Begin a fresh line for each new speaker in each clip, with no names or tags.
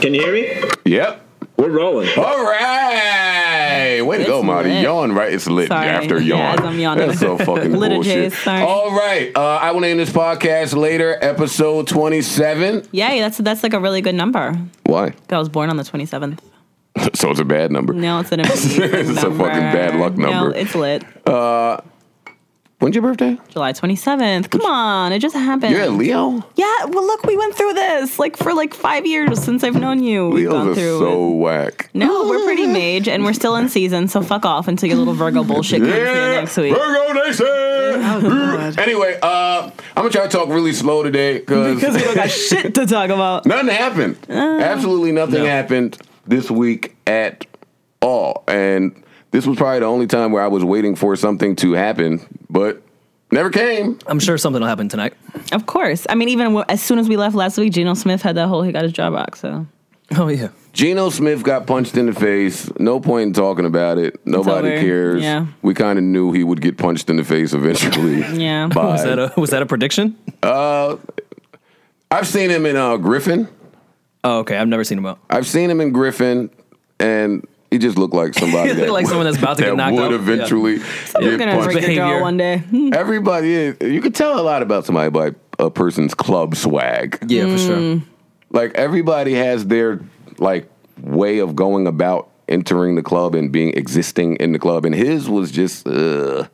Can you hear me?
Yep.
We're rolling.
All right. Way to
It's
go, Marty.
lit.
Yawn right. It's lit
Sorry.
after
Yeah,
yawn.
as I'm yawning.
That's so fucking
Litter
bullshit.
J's, sorry.
All right. Uh, I will name this podcast later, episode 27.
Yay, that's that's like a really good number.
Why?
That I was born on the 27th.
so it's a bad number.
No, it's an amazing
It's a fucking
number.
bad luck number.
No, it's lit.
When's your birthday?
July 27th. Come on, it just happened.
You're a Leo?
Yeah, well, look, we went through this like for like five years since I've known you. We've gone
Leos are
through
so whack.
No, we're pretty mage, and we're still in season. So fuck off until your little Virgo bullshit comes here next week. Oh,
Virgo Nation! Anyway, uh, I'm going to try to talk really slow today
Because we don't got shit to talk about.
Nothing happened.
Uh.
Absolutely nothing
No.
happened this week at all. And this was probably the only time where I was waiting for something to happen, but never came.
I'm sure something will happen tonight.
Of course. I mean, even w- as soon as we left last week, Geno Smith had that whole he got his jaw box. So
Oh yeah.
Geno Smith got punched in the face. No point in talking about it. Nobody
over.
cares.
Yeah.
We kind of knew he would get punched in the face eventually.
yeah,
By-
Was that a was that a prediction?
I've seen him in uh, Griffin.
Oh okay. I've never seen him out.
I've seen him in Griffin, and he just looked like somebody
He looked
that
like someone that's about to
that
get knocked
would
out.
eventually
we're
get
gonna
punched.
break your
Behavior.
jaw one day.
Everybody is. You can tell a lot about somebody by a person's club swag.
Yeah, for sure.
Like everybody has their like way of going about entering the club and being existing in the club, and his was just uh,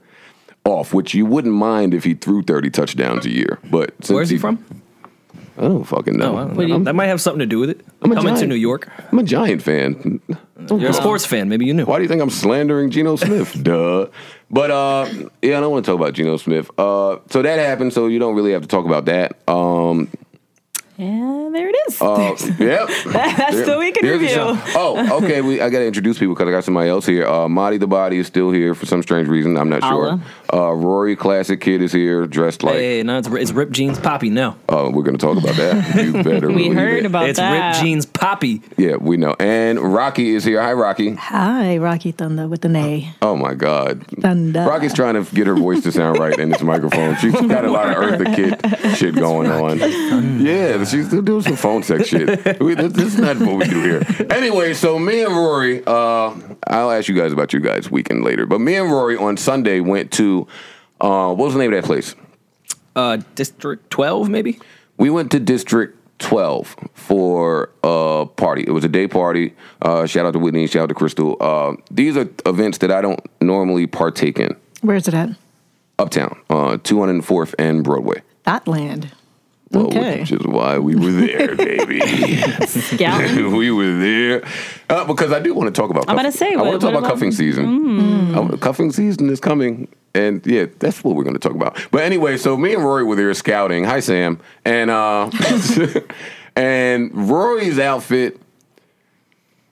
off. Which you wouldn't mind if he threw thirty touchdowns a year. But since
Where's he from?
I don't fucking know.
Oh, I don't know. that might have something to do with it.
I'm a
Coming to
giant.
New York.
I'm a Giant fan. Don't
You're a
call-
sports fan. Maybe you knew.
Why do you think I'm slandering Geno Smith? Duh. But uh, yeah, I don't want to talk about Geno Smith. Uh, so that happened. So you don't really have to talk about that. Um,
Yeah, there it is.
uh, yep.
That's the week in
There's the
review.
show. Oh, okay. We, I got to introduce people because I got somebody else here. Uh, Marty the Body is still here for some strange reason. I'm not sure.
Allah.
Uh, Rory Classic Kid is here, dressed like.
Hey, no, it's, it's ripped jeans poppy now.
Uh, we're gonna talk about that. You better.
We
believe
heard
it.
about
it's
that.
ripped jeans poppy.
Yeah, we know. And Rocky is here. Hi, Rocky.
Hi, Rocky Thunder with an A.
Oh my God.
Thunder.
Rocky's trying to get her voice to sound right in this microphone. She's got a lot of Eartha Kid shit going on. Yeah, she's still doing some phone sex shit. We, this, this is not what we do here. Anyway, so me and Rory, uh, I'll ask you guys about you guys weekend later. But me and Rory on Sunday went to uh, what was the name of that place?
Uh, District 12, maybe.
We went to District 12 for a party. It was a day party. Uh, shout out to Whitney. Shout out to Crystal. Uh, these are events that I don't normally partake in.
Where's it at?
Uptown, uh, 204th and Broadway.
That land.
Well,
Okay.
Which is why we were there, baby.
Scouting.
we were there uh, because I do want to talk about.
I'm about to say,
I want
what-
to talk
what
about
about- Mm.
cuffing season. Um, cuffing season is coming, and yeah, that's what we're going to talk about. But anyway, so me and Rory were there scouting. Hi, Sam, and uh, and Rory's outfit.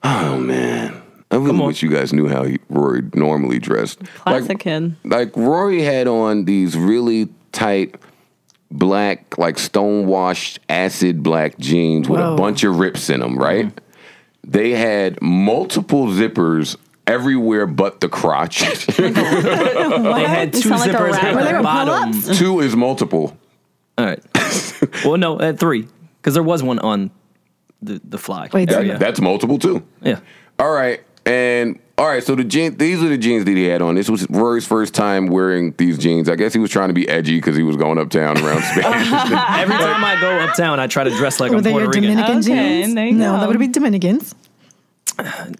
Oh man, I really wish you guys knew how he, Rory normally dressed.
Classic kid.
like Rory had on these really tight black, like stonewashed acid black jeans with a
Whoa.
bunch of rips in them, right?
Mm-hmm.
They had multiple zippers everywhere but the crotch.
They had
You
two
sound like a
zippers
rapper. Were
at
there
the bottom.
pull-ups?
Two is multiple.
All right. well, no, at three, because there was one on the the fly.
Wait,
That-
so-
area.
That's multiple too.
yeah.
All right. And all right, so the jeans, these are the jeans that he had on. This was Rory's first time wearing these jeans. I guess he was trying to be edgy because he was going uptown around Spain.
Every time I go uptown, I try to dress like
Were
I'm
they
Puerto
your
Rican.
Dominican
Okay,
jeans?
there you
no,
go.
that would be Dominicans.
Well,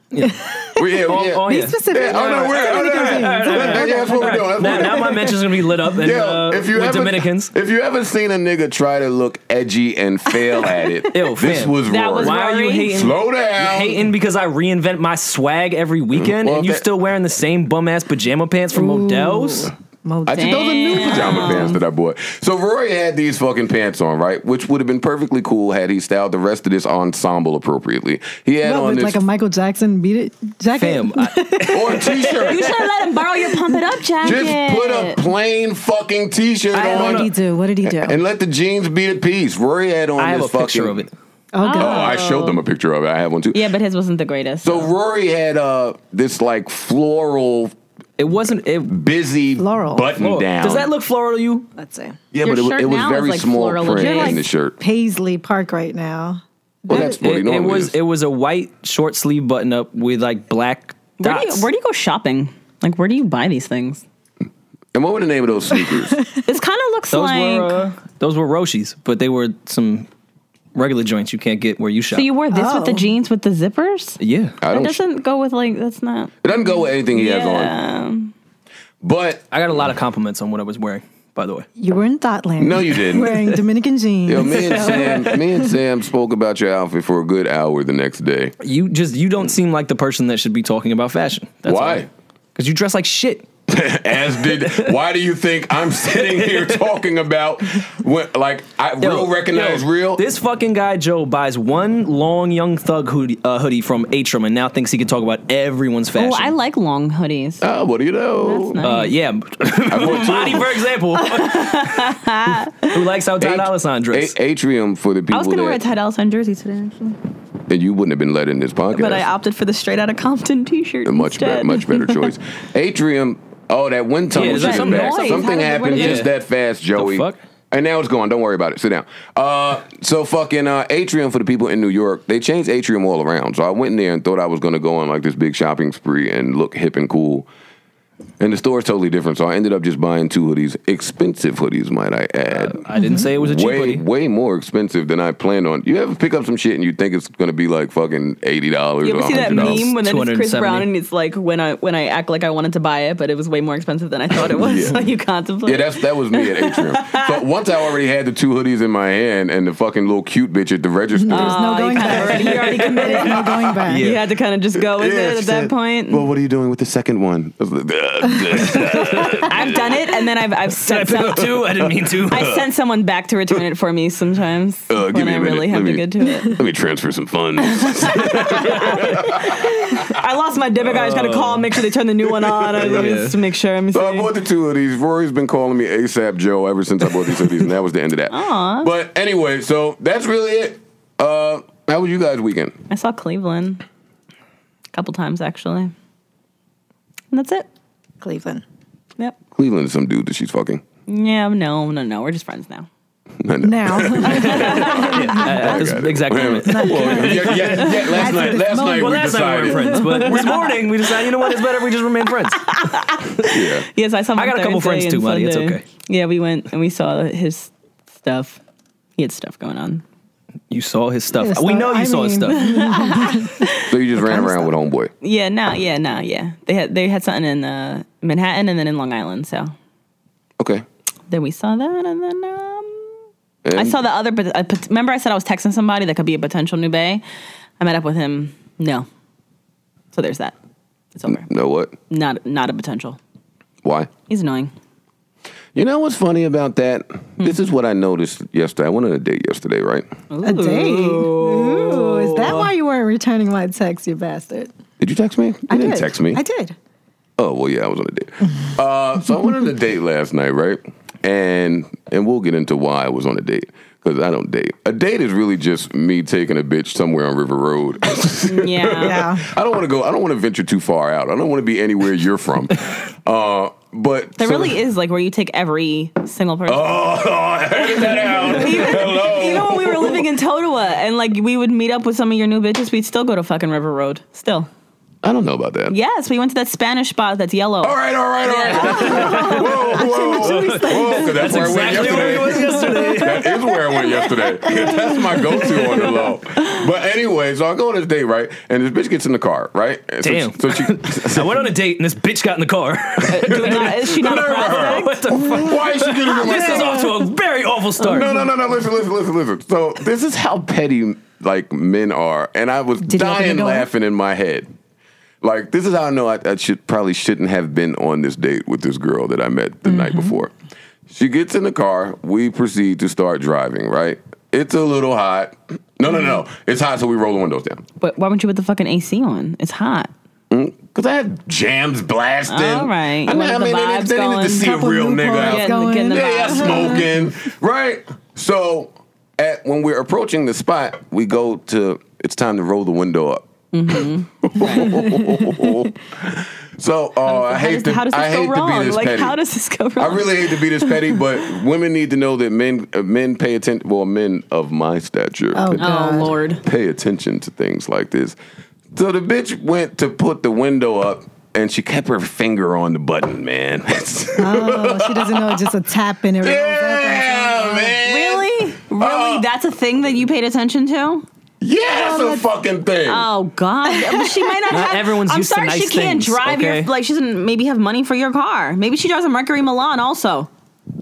yeah,
Oh,
yeah.
oh,
Be
yeah.
specific.
Yeah, oh, no, we're- oh, no,
Dominican
no,
jeans.
no, no, no, yeah, that's what we're doing. That's what
Now,
we're
now
doing.
my mentions gonna be lit up and,
Yo,
uh,
if you
with
ever,
Dominicans.
if you ever seen a nigga try to look edgy and fail at it,
Ew,
this
fam.
was
That
Rory.
was
Why are you
Rory.
hating?
Slow down.
Hating because I reinvent my swag every weekend,
Mm, Well,
and you
that-
still wearing the same bum ass pajama pants from Modell's.
Mold-
I think those are new pajama pants that I bought. So Rory had these fucking pants on, right? Which would have been perfectly cool had he styled the rest of this ensemble appropriately. He had
What,
on
with
this
like a Michael Jackson beat it jacket?
Fam, I,
or a
You
t-shirt.
should have let him borrow your pump it up jacket.
Just put a plain fucking t-shirt
What did he
on
do? What did he do?
and let the jeans be at peace. Rory had on
I have
this
a
fucking
picture of it.
oh,
Oh,
God.
I showed them a picture of it. I have one too.
Yeah, but his wasn't the greatest.
So Rory had uh this like floral
It wasn't. It,
busy
Floral.
button down.
does that look floral to you?
Let's see.
Yeah,
Your
but it, wa-
shirt
it was
now is
very
like
small
floral
print
You're
in
like
the shirt.
Paisley Park right now.
Well, that's what he
It, it
normally
was
is.
it was a white short sleeve button up with like black
Where do, you,
dots.
where do you go shopping? Like, where do you buy these things?
and what were the name of those sneakers?
This kind of looks
those
like.
were uh, those were Roshis, but they were some regular joints you can't get where you shop.
so you wore this with the
Oh.
jeans with the zippers?
yeah,
I
That
don't.
doesn't go with like. That's not.
it doesn't go with anything he has on.
Yeah.
But
I got a lot of compliments on what I was wearing. By the way,
You were in Thoughtland.
No, you didn't.
Wearing Dominican jeans.
yo, me and Sam, me and Sam spoke about your outfit for a good hour the next day.
you just you don't seem like the person that should be talking about fashion. That's
Why?
Because you dress like shit.
As did. why do you think I'm sitting here talking about when, like I
Yo,
real recognize
yo,
real?
This fucking guy Joe buys one long young thug hoodie, uh, hoodie from Atrum and now thinks he can talk about everyone's
Oh,
fashion.
I like long hoodies.
Ah, what do you know?
That's nice.
Uh, yeah,
wore two.
Marty, for example, who likes how Ty
At-
Dolla Sign dress.
A- atrium for the
I was
people
gonna wear a
that,
Ty Dolla Sign jersey today, actually,
that you wouldn't have been let in this podcast.
but I opted for the straight out of Compton T-shirt.
a much
instead.
better, much better choice. Atrium. Oh, that one tunnel
Yeah, is
shit
that
is
some
back.
noise?
How
Something
did- what
happened
is
just
it?
that fast, Joey.
fuck?
And now it's gone. Don't worry about it. Sit down. Uh, so fucking uh, Atrium for the people in New York. They changed Atrium all around. So I went in there and thought I was gonna go on like this big shopping spree and look hip and cool. And the store is totally different. So I ended up just buying two hoodies, expensive hoodies, might I add
I didn't say it was a Uh, cheap
way
hoodie.
way more expensive than I planned on. You ever pick up some shit and you think it's gonna be like fucking eighty dollars
You
or
ever see
hundred
that meme
dollars?
when then it's Chris
270.
Brown and it's like when I when I act like I wanted to buy it, but it was way more expensive than I thought it was.
Yeah.
So you contemplate.
Yeah, that's that was me at Atrium. but once I already had the two hoodies in my hand and the fucking little cute bitch at the register.
There's no going
kinda
back.
already-
You already committed. No going back.
Yeah.
you had to kind of just go with
Yeah,
it
she
at
said,
that point.
Well, what are you doing with the second one? I was like,
I've done it, and then I've I've
Did I
sent
pick
some,
up two? I didn't mean to.
I sent someone back to return it for me sometimes
Uh, give
when
me a
I
minute.
really
Let
have
me-
to get to it.
Let me transfer some funds.
I lost my debit card. I just got to call, make sure they turn the new one on. I
Yeah.
just to make sure. I'm
so I bought the two hoodies. Rory's been calling me ASAP Joe ever since I bought these hoodies, and that was the end of that.
Aw.
But anyway, so that's really it. Uh, how was you guys' weekend?
I saw Cleveland a couple times actually, and that's it.
Cleveland.
Yep.
Cleveland's some dude that she's fucking.
Yeah. No. No. No. We're just friends now.
I know.
Now,
At this
Got it.
exact
Wait a
moment.
minute. Well, yeah, yeah, yeah, last night, last night
Well,
we
last night we were
decided.
friends, but this morning we decided, you know what, it's better if we just remain friends.
Yeah.
Yes, I saw. Him
I
on
got a couple
Thursday
friends
and
too, buddy. It's
Sunday.
okay.
Yeah, we went and we saw his stuff. He had stuff going on.
You saw his stuff.
His
we
stuff.
know you
I
saw his
mean-
stuff.
So you just ran around with homeboy.
Yeah, nah, yeah, nah, yeah. They had they had something in uh, Manhattan and then in Long Island. So
Okay.
then we saw that, and then um, I
And-
saw the other. But I pot- remember, I said I was texting somebody that could be a potential new bay. I met up with him. No, so there's that. It's over.
Know what?
Not not a potential.
Why?
He's annoying.
You know what's funny about that? This is what I noticed yesterday. I went on a date yesterday, right?
a date. Ooh, is that why you weren't returning my text, you bastard?
Did you text me? You
I
didn't
did.
text me.
I did.
Oh well, yeah, I was on a date. uh, so I went on a date last night, right? And and we'll get into why I was on a date because I don't date. A date is really just me taking a bitch somewhere on River Road.
Yeah.
Yeah.
I don't want to go. I don't want to venture too far out. I don't want to be anywhere you're from. uh, but so-
That really is like where you take every single person.
Oh, edit that out.
Even, even when we were living in Totowa and like we would meet up with some of your new bitches, we'd still go to fucking River Road. Still.
I don't know about that.
Yes, we went to that Spanish spot that's yellow.
All right, all right, all right. whoa, whoa, whoa! Because that's, where
exactly where
I
we
went
was
yesterday. that is where I went yesterday. That's my go-to on the low. But anyway, so I go on this date, right? And this bitch gets in the car, right? And so-
Damn.
So, she.
I went on a date and this bitch got in the car.
Do we not- is she not a prospect?
what the fuck?
Why is she getting in my
This is
car?
off to a very awful start.
No, no, no, no! Listen, listen, listen, listen. So this is how petty like men are, and I was
you open the
dying
door?
laughing in my head. Like this is how I know I, I should probably shouldn't have been on this date with this girl that I met the
Mm-hmm.
night before. She gets in the car. We proceed to start driving. Right? It's a little hot. No, no, no.
Mm-hmm.
It's hot, so we roll the windows down.
But why weren't you put the fucking AC on? It's hot.
Cause I had jams blasting.
All right.
I,
You
mean,
wanted
I
the
mean, they,
vibes
they needed
going.
to see a
Couple
real nigga out.
loopholes
Getting, the-
Yeah,
getting the
Yeah, yeah,
vibes.
smoking. right. So at when we're approaching the spot, we go to it's time to roll the window up.
Mm-hmm.
so uh, I
how
hate
does,
to
how does this
I
go
hate
wrong?
to be this
like,
petty.
how does this go
I
wrong?
really hate to be this petty, but women need to know that men uh, men pay attention. Well, men of my stature
Oh,
pay-
God.
oh Lord.
pay attention to things like this. So the bitch went to put the window up, and she kept her finger on the button, man.
Oh, she doesn't know it's just a tap and it rolls
yeah, man.
Really? Really?
Uh,
That's a thing that you paid attention to?
Yeah, it's a fucking thing.
Oh God! But she might not,
Not
have.
everyone's
I'm
used to
sorry, she
nice
can't
things,
drive
okay?
your. Like she doesn't maybe have money for your car. Maybe she drives a Mercury Milan also.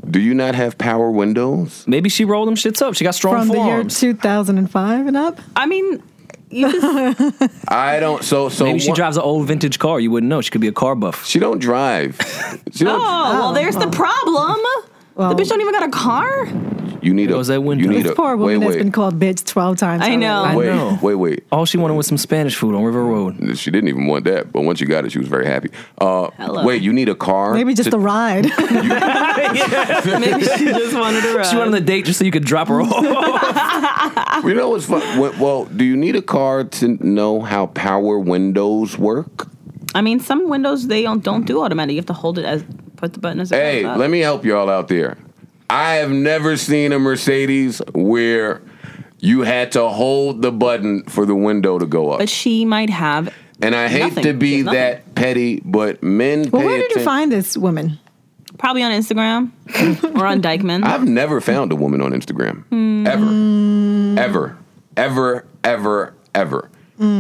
Do you not have power windows?
Maybe she rolled them shits up. She got strong
From the year
forearms.
2005 and up.
I mean,
I don't. So so
Maybe she
one-
drives an old vintage car. You wouldn't know. She could be a car buff.
She don't drive. She
oh,
don't,
well, there's the problem.
Well-
the bitch don't even got a car.
You need
There
a.
goes that window.
You need
This
a,
poor woman
wait,
has
wait,
been called bitch 12 times.
I know.
already.
Wait,
know.
wait, wait.
All she wanted was some Spanish food on River Road.
She didn't even want that, but once she got it, she was very happy. Uh,
Hello.
wait, you need a car?
Maybe just
to,
a ride.
Maybe she just wanted to ride.
She went on the date just so you could drop her off.
You know what's fun? Well, well, do you need a car to know how power windows work?
I mean, some windows they don't don't do automatic. You have to hold it as put the button as. it
Hey,
goes up.
let me help y'all out there. I have never seen a Mercedes where you had to hold the button for the window to go up.
But she might have.
and I hate
nothing.
to be
Nothing.
that petty, but men.
well,
pay
where did you
atten-
find this woman?
Probably on Instagram or on Dykeman.
I've never found a woman on Instagram.
Hmm.
Ever. Ever. Ever, ever, ever.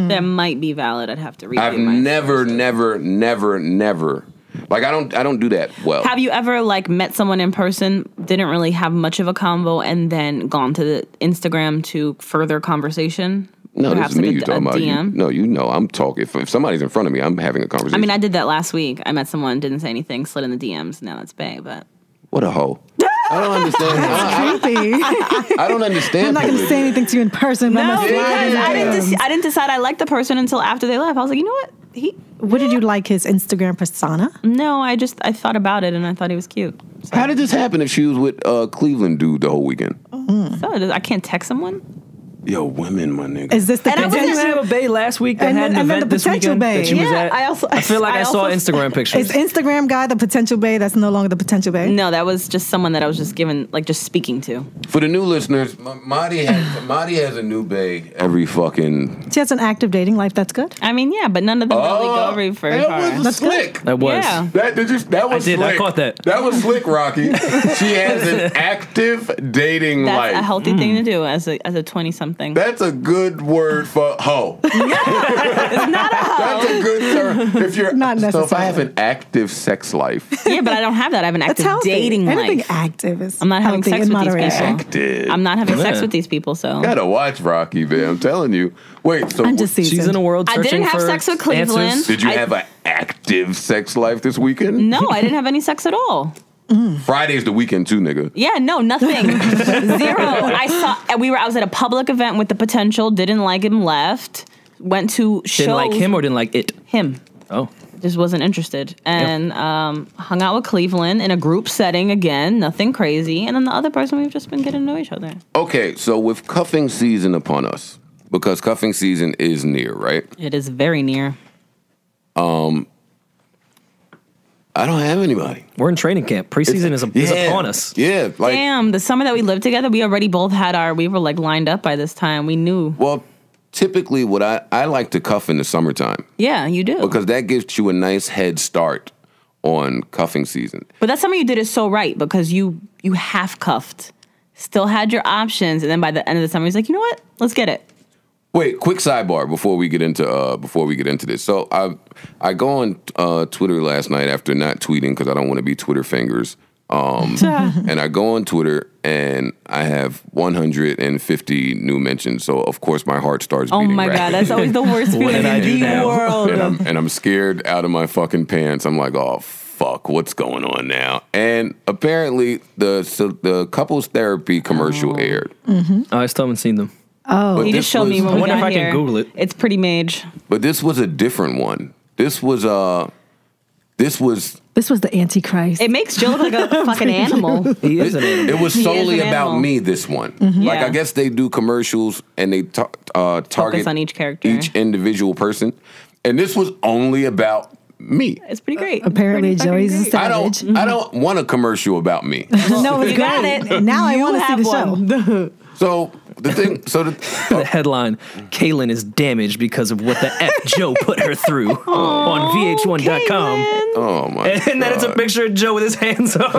that might be valid. I'd have to read.
I've never, never, never, never. Like I don't I don't do that well.
Have you ever like met someone in person, didn't really have much of a combo, and then gone to the Instagram to further conversation?
no, this
Perhaps
is me
like a
you
d-
talking
a
about. You,
DM?
no, you know I'm talking. If, if somebody's in front of me, I'm having a
I
conversation.
mean, I did that last week. I met someone, didn't say anything, slid in the DMs. Now it's bae, but
what a hoe. I don't understand. I,
Creepy. I'm
I- I don't understand.
not going to
people.
say anything to you in person, but I'm
no,
gonna
because
slide in
I didn't.
DMs.
Dec- I didn't decide I liked the person until after they left. I was like, you know what? He.
What did you like his Instagram persona?
No, I just I thought about it and I thought he was cute.
How did this happen if she was with uh, Cleveland dude the whole weekend?
So I just- I can't text someone.
Yo, women, my nigga.
Is this the
And I
Didn't you
potential?
have a bay last week that
And
had
then-
an
and then
event
the
this
potential
weekend
bae.
that she was
Yeah,
at?
I also-
I feel like
I
I, saw
also-
Instagram
Is
pictures.
Instagram guy the potential bae that's no longer the potential bae?
No, that was just someone that I was just given like just speaking to.
For the new listeners, M- Marty has Marty has a new bae every fucking.
She has an active dating life. That's good.
I mean, yeah, but none of them really go very
Oh, that
very far.
was slick.
that was.
Yeah.
That did you, that was
did, I
slick.
caught that.
That was slick, Rocky. she has an active dating life.
That's a healthy thing to do as a as a twenty something.
That's a good word for hoe. it's not a hoe. That's a good term. If you're
Not
so if I have
necessarily.
an active sex life,
yeah, but I don't have that. I have an
That's
active
healthy.
dating
Anything
life.
active is.
I'm not having
healthy
sex
in
with these
moderation.
people.
active.
I'm not having sex
Yeah.
with these people, so
gotta watch Rocky, man. I'm telling you. Wait, so
I'm just
w-
seasoned.
She's in a world
I
searching
didn't have
for
sex with Cleveland.
answers.
did you
I-
have an active sex life this weekend?
no, I didn't have any sex at all.
Friday's the weekend too, nigga.
Yeah, no, nothing. Zero. I saw and we were I was at a public event with the potential, didn't like him, left, went to shows.
Didn't like him or didn't like it?
him.
Oh.
Just wasn't interested. And um, hung out with Cleveland in a group setting again, nothing crazy. And then the other person we've just been getting to know each other.
Okay, so with cuffing season upon us, because cuffing season is near, right?
It is very near.
I don't have anybody.
We're in training camp. Preseason is, is upon us.
Yeah, like
Damn, the summer that we lived together, we already both had our we were like lined up by this time. We knew.
well, typically what I I like to cuff in the summertime
Yeah, you do.
because that gives you a nice head start on cuffing season.
but that summer you did it so right because you you half cuffed, still had your options, and then by the end of the summer he's like, you know what? Let's get it.
Wait, quick sidebar before we get into uh, before we get into this. So I I go on uh, Twitter last night after not tweeting because I don't want to be Twitter fingers. Um, and I go on Twitter and I have 150 new mentions. So of course my heart starts
Oh
beating.
my god,
rapidly.
that's always the worst
What
feeling
did I
in
do
the
now?
world.
and I'm and I'm scared out of my fucking pants. I'm like, oh fuck, what's going on now? And apparently the so the couples therapy commerstial aired.
I still haven't seen them.
But
Oh. He
this
just showed me.
was-
When we
I wonder if
got
I can
here.
Google it.
It's pretty mage.
But this was a different one. This was uh this was
This was the Antichrist.
It makes Joe look like a fucking animal.
He is an animal.
It was
He is
solely
an
about
animal. Mm-hmm.
me. This one, like
Yeah.
I guess they do commercials and they ta- uh, target
on each character.
each individual person, and this was only about me.
It's pretty great.
Apparently,
Pretty fucking
Joey's a
great.
I don't.
Mm-hmm.
I
savage.
don't want a commercial about me.
no, it's
Oh, You got
great.
it.
Now I
You
want to see
have
the
one.
show.
So the thing. So the. oh,
the headline Kaylin is damaged because of what the F Joe put her through on VH1.com.
Oh my.
And then it's a
God.
picture of Joe with his hands up.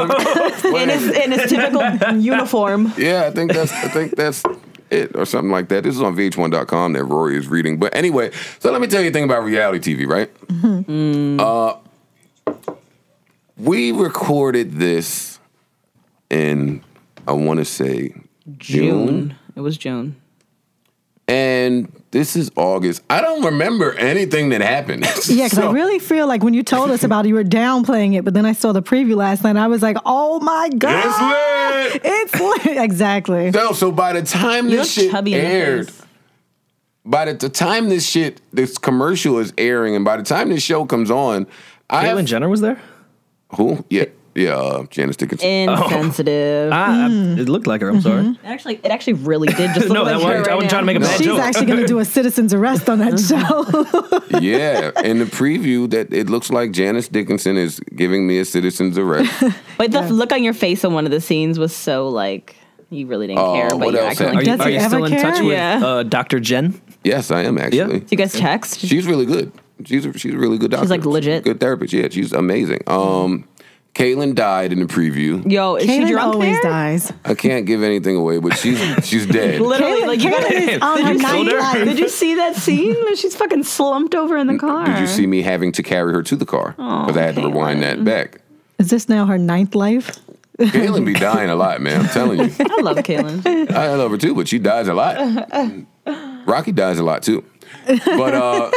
In his, in his typical uniform.
Yeah, I think that's I think that's it or something like that. This is on VH1.com that Rory is reading. But anyway, so let me tell you a thing about reality TV, right? Uh,
Mm-hmm.
we recorded this in I want to say June,
It was June.
and this is August. I don't remember anything that happened.
Yeah, because
So-
I really feel like when you told us about it, you were downplaying it, but then I saw the preview last night. And I was like, oh my god,
It's lit.
it's lit. exactly.
So, so by the time
You look
this shit
chubby in the
aired,
face.
by the, the time this shit, this commercial is airing, and by the time this show comes on, I
Caitlyn
have,
Jenner was there?
who? Yeah, yeah, uh, Janice Dickinson.
Insensitive.
Oh. Ah, I,
Mm.
I, it looked like her. I'm
Mm-hmm.
sorry.
It actually, it actually really did just look
No,
like
that
her
wasn't- I
right
wasn't trying to make a
now.
bad
She's
joke.
actually going to do a citizen's arrest on that show.
yeah, in the preview, that it looks like Janice Dickinson is giving me a citizen's arrest.
But the look on your face on one of the scenes was so like you really didn't
Oh,
care. But
what
you're
else
acting
happened?
like
Are you,
Does
are
he
you
ever
still in
care?
touch with
Yeah.
uh, Dr. Jen?
yes, I am actually.
Do you guys text?
She's really good. She's a, she's a really good doctor.
like, legit.
good therapist. Yeah, she's amazing. Um, Caitlyn died in the preview.
Yo, is she
Kaylin
drunk
always
there?
dies.
I can't give anything away, but she's she's dead.
Literally,
Kaylin-
like you
Kaylin
gotta,
is on
did
her
you see
ninth
that-
life.
Did you see that scene? When She's fucking slumped over in the car.
Did you see me having to carry her to the car because I had to rewind that back?
Is this now her ninth life?
Kaylin be dying a lot, man. I'm telling you,
I love Kaylin.
I love her too, but she dies a lot. Rocky dies a lot too, but uh,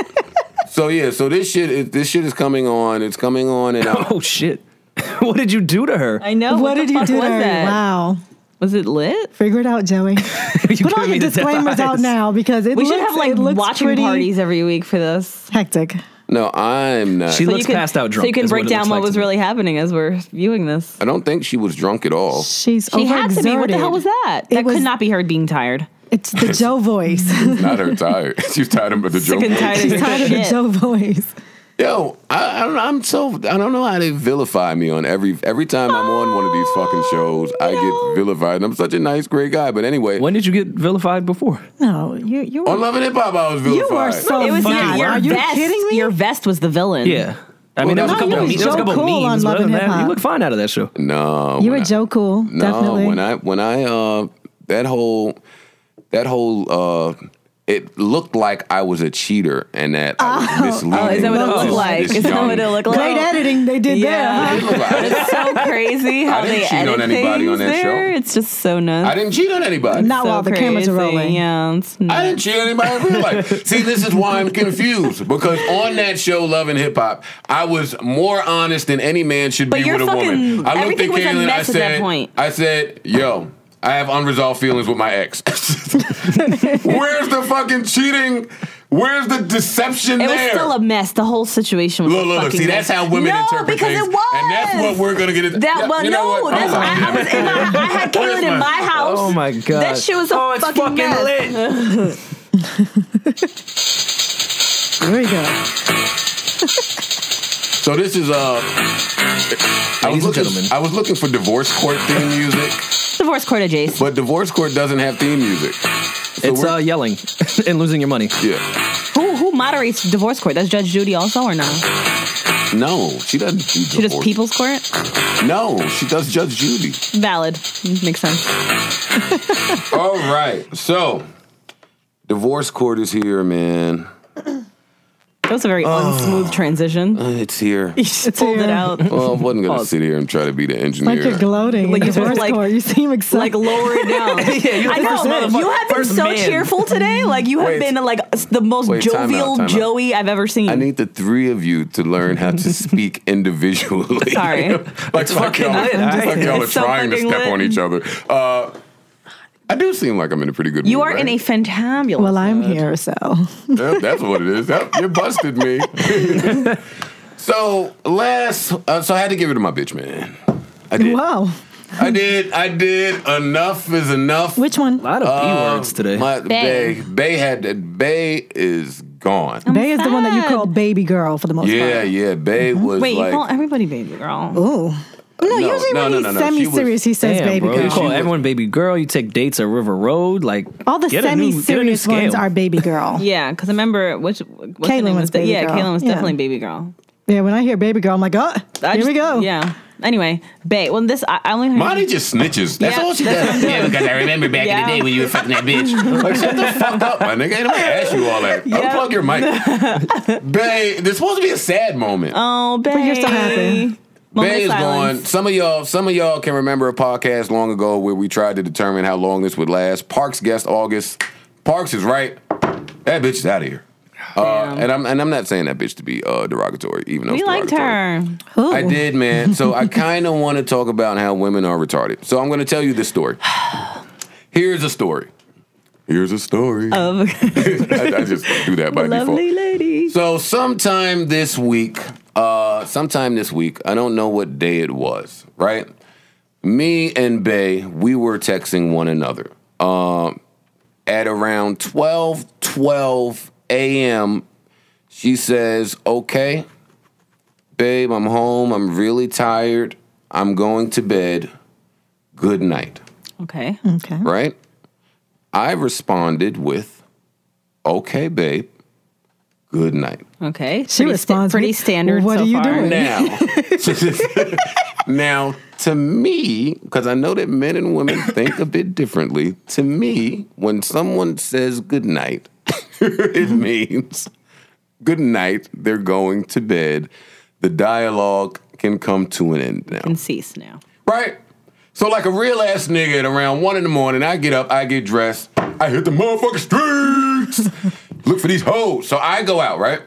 so yeah, so this shit, is, this shit is coming on. It's coming on, and I,
Oh, shit. what did you do to her?
I know. What,
what
the
did you
fuck
do
Was
to her?
that?
Wow.
Was it lit?
Figure it out, Joey.
You
Put
gave
all
me
your
the death
disclaimers out
eyes.
now because it
We
looks,
should have like
it looks
watching
pretty
parties every week for this.
Hectic.
no, I'm not.
She
So
looks
you can,
passed out drunk.
So you can
is
break
it
down
looks
what
like
was
to me.
really happening as we're viewing this.
I don't think she was drunk at all.
She's
She had to be. What the hell
overexerted.
was that?
It
That
was-
could not be her being tired.
It's the Joe voice.
Not her tired. She's tired of the joke.
Sick and tired of
She's
your
tired of the
shit.
Joe voice.
Yo, I, I don't, I'm so I don't know how they vilify me on every every time I'm on one of these fucking shows. I get vilified. And I'm such a nice, great guy, but anyway,
When did you get vilified before?
No, you you
on
were,
Love and Hip Hop, I was
you
vilified.
were so
It was
mad.
not your
Are you
vest.
kidding me?
Your vest was the villain.
Yeah. I mean,
Well,
there was a
no,
couple,
you
of,
was
me- there was a
so
couple
cool on
memes.
Love
But other
and
than that,
Hip
you
Hop.
look fine out of that show.
No, when
you were
I-
Joe cool,
No,
definitely.
when I when I uh that whole that whole uh it looked like I was a cheater and that I was misleading.
Oh, is that what it
this-
looked like?
this
Is that
young-
what it looked like?
Great editing they did there.
Yeah.
huh?
It looked like- I didn't-
It's so crazy how
didn't
they
cheat
edit
on anybody
things
on that
there.
show.
It's just so nuts.
I didn't cheat on anybody.
Not
so
while the
crazy.
cameras are rolling.
Yeah, it's nuts.
I didn't cheat on anybody in real life. See, this is why I'm confused because on that show, Love and Hip Hop, I was more honest than any man should
But
be
you're
with a woman.
fucking-
I looked at
everything was a
Kaylin. I
mess at that
said,
point.
I said, yo. I have unresolved feelings with my ex. Where's the fucking cheating? Where's the deception
It
there?
was still a mess. The whole situation was
Look, look,
a
look.
fucking
See,
mess.
that's how women
no,
interpret
because
things.
it was.
And that's what we're going to get into.
That
Yeah,
well,
you know
no,
what?
that's
Oh,
I, I
damn
was
it.
in my, I had Kaylin in my house.
Oh my god.
That shit was a
oh, it's
fucking,
fucking
mess.
lit.
There you go.
So this is uh, I
Ladies
was
and
looking.
gentlemen.
I was looking for divorce court theme music,
Divorce court adjacent.
but divorce court doesn't have theme music. So
It's
we're-
uh, yelling and losing your money.
yeah.
Who who moderates divorce court? Does Judge Judy also or no? She
No, she doesn't do divorce.
does people's court.
No, she does Judge Judy.
Valid. Makes sense.
All right, so divorce court is here, man.
That was a very unsmooth transition.
Uh, It's here.
You just pulled it
here.
out.
Well, I wasn't gonna
Pause.
sit here and try to be the engineer.
Like you're gloating.
Like
Like
you were
you're
like-
like, you seem
Like
excited.
lower it down.
you're
I
the first
know.
motherfucker-
You have been
first
so
man.
cheerful today. Like you have
Wait.
been like s- the most
Wait, time out,
jovial
time out.
Joey I've ever seen.
I need the three of you to learn how to speak individually.
Sorry.
like fuck
fucking
y'all,
lit.
like
I-
y'all are
it's so
trying to
fucking
step
lit.
on each other. Uh, I do seem like I'm in a pretty good.
you
mood,
are in a
right?
fantabulous.
well, I'm here, so
Yep, that's what it is. Yep, you busted me. So last, uh, so I had to give it to my bitch man. I did.
Wow.
I did. I did. Enough is enough.
Which one?
A lot of B words today.
My,
Bay.
Bay. Bay had that. Bay is gone.
Oh
Bay is the one that you
sad.
call baby girl for the most
Yeah, yeah. Bay was
Mm-hmm. Wait,
like.
you call everybody baby girl.
part. Ooh. No,
No,
usually
no,
when
no,
he's
no, no. She was-
semi-serious, he says
Damn,
baby
bro. You
girl.
call everyone baby girl. You take dates at River Road. Like
All the
get a new- get a new
semi-serious ones
scale.
are baby girl.
Yeah, because I remember which what's her
Kaylin
name
was
was the-
baby
yeah,
girl.
Kaylin was
Yeah.
definitely baby girl.
yeah, when I hear baby girl, I'm like, oh,
I
here
just-
we go.
Yeah. Anyway, Bay. Well, this I, I only heard.
Monty just snitches. That's
Yeah,
all she
that's
does. Yeah, because I remember back
in the Yeah. day
when you were fucking that bitch. Like, shut the fuck up, my nigga. Ain't nobody ask you all that.
Yeah.
Unplug your mic. Bay, there's supposed to be a sad moment.
Oh, Bay.
you're so happy.
Moment
Bay
of
is
silence.
gone. Some of y'all, some of y'all can remember a podcast long ago where we tried to determine how long this would last. Parks guest August. Parks is right. That bitch is out of here. Uh,
Damn.
and I'm and I'm not saying that bitch to be uh, derogatory, even though
We
it's
liked
derogatory.
her.
Ooh.
I did, man. So I kind of want to talk about how women are retarded. So I'm going to tell you this story. Here's a story. Here's a story.
Of
I, I just do that by
Oh. lovely
default.
lady.
So sometime this week, uh, sometime this week, I don't know what day it was, right? Me and Bay, we were texting one another. Um, at around 12, 12 a.m., she says, okay, babe, I'm home. I'm really tired. I'm going to bed. Good night
Okay.
Okay.
right? I responded with, "Okay, babe, good night."
Okay.
She
pretty
responds
pretty
with,
standard.
"What
so
are you
far.
doing?"
Now, now to me, because I know that men and women think a bit differently. To me, when someone says good night, it means good night. They're going to bed. The dialogue can come to an end now.
And cease now.
Right? So like a real ass nigga at around one in the morning, I get up, I get dressed, I hit the motherfucking streets, look for these hoes. So I go out, right?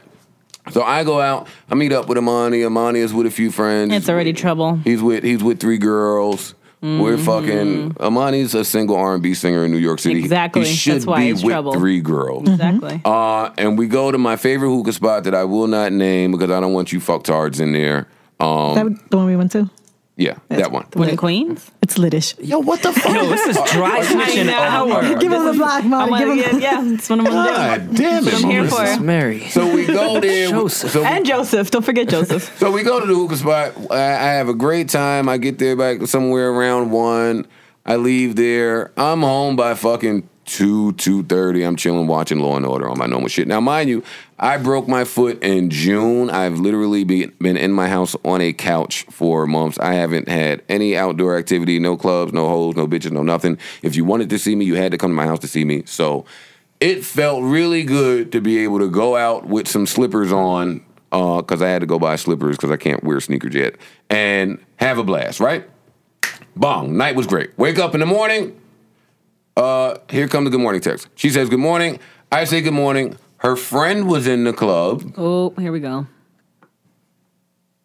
So I go out, I meet up with Amani. Amani is with a few friends.
It's already trouble.
He's with he's with three girls. We're
Mm-hmm.
fucking Amani's a single R and B singer in New York City.
Exactly.
He should
That's why
be
it's
with
trouble. Mm-hmm.
three girls.
Mm-hmm.
Exactly.
Oh,
Uh, and we go to my favorite hookah spot that I will not name because I don't want you fucktards in there. Um,
That was the one we went to.
yeah, that one.
When in Queens?
It's Liddish.
Yo, what the fuck?
Yo, this is dry snitching
I know.
hour.
Give him the black
I
Molly.
want
oh, Give
to
him.
get, Oh, yeah, it's one of my
God damn it,
I'm here
Melissa.
for.
Jesus Mary.
So we go there.
Joseph.
So we,
And Joseph. Don't forget Joseph.
so we go to the hookah spot. I, I have a great time. I get there back somewhere around one. I leave there. I'm home by fucking two, two thirty. I'm chilling, watching Law and Order on my normal shit. Now, mind you, I broke my foot in June. I've literally be, been in my house on a couch for months. I haven't had any outdoor activity, no clubs, no holes, no bitches, no nothing. If you wanted to see me, you had to come to my house to see me. So it felt really good to be able to go out with some slippers on because I had to go buy slippers because I can't wear sneakers yet and have a blast, right? Bong, night was great. Wake up in the morning. Uh, here comes the good morning text. She says, Good morning. I say, Good morning. Her friend was in the club.
oh, here we go.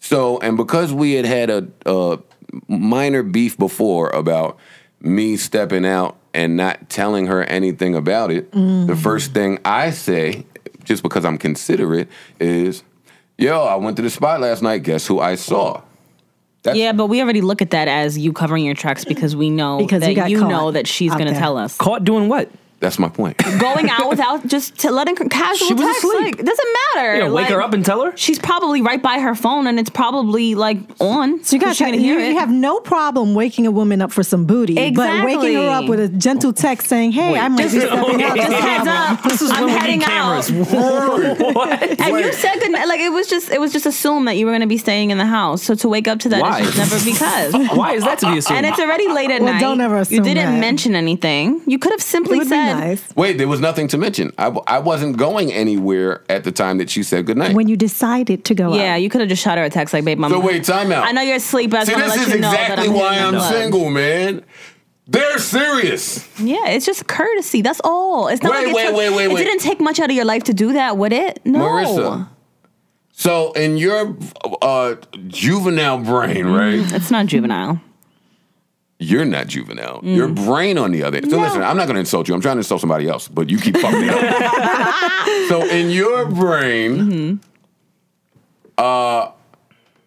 So, and because we had had a, a minor beef before about me stepping out and not telling her anything about it, the
Mm.
first thing I say, just because I'm considerate, is, "Yo, I went to the spot last night. Guess who I saw?" That's-
Yeah, but we already look at that as you covering your tracks because we know
Because
that
you got
you,
caught
know that she's
out
going to
there.
tell us.
Caught doing what?
That's my point.
Going out without just t- letting her- casual
She was
text,
asleep.
like doesn't matter.
You know, wake
Like,
her up and tell her.
She's probably right by her phone, and it's probably like on.
So you got
she
to
can hear
you,
it.
you have no problem waking a woman up for some booty, but waking her up
Exactly.
with a gentle text saying, "Hey, I might be
Just-
stepping out."
just heads up.
This is
I'm
when we
heading
need
out.
cameras. What?
And you said good night. Like it was just, it was just assumed that you were going to be staying in the house. So to wake up to that,
Why?
it's just never because.
Why is that to be assumed?
And it's already late at
Well,
night.
don't ever
you
assume
didn't
that.
mention anything. You could have
It
simply
would be
said,
nice
Wait, there was nothing to mention. I, w- I wasn't going anywhere at the time that she said goodnight.
when you decided to go
"Yeah,
out.
you could have just shot her a text like, babe, mama."
so wait, time out.
I know you're asleep, but I
See,
just want to
this
let
is
you know that
exactly
I'm
why
here in
I'm
the club."
single, man. They're serious.
Yeah, it's just courtesy. That's all. It's not
Wait,
like it
wait,
took-
wait, wait,
It
wait.
didn't take much out of your life to do that, would it? No. Oh.
Marissa. So in your uh, juvenile brain, right?
It's not juvenile.
You're not juvenile. Your brain, on the other. So listen, I'm not going to insult you. I'm trying to insult somebody else, but you keep fucking me up. so in your brain, uh,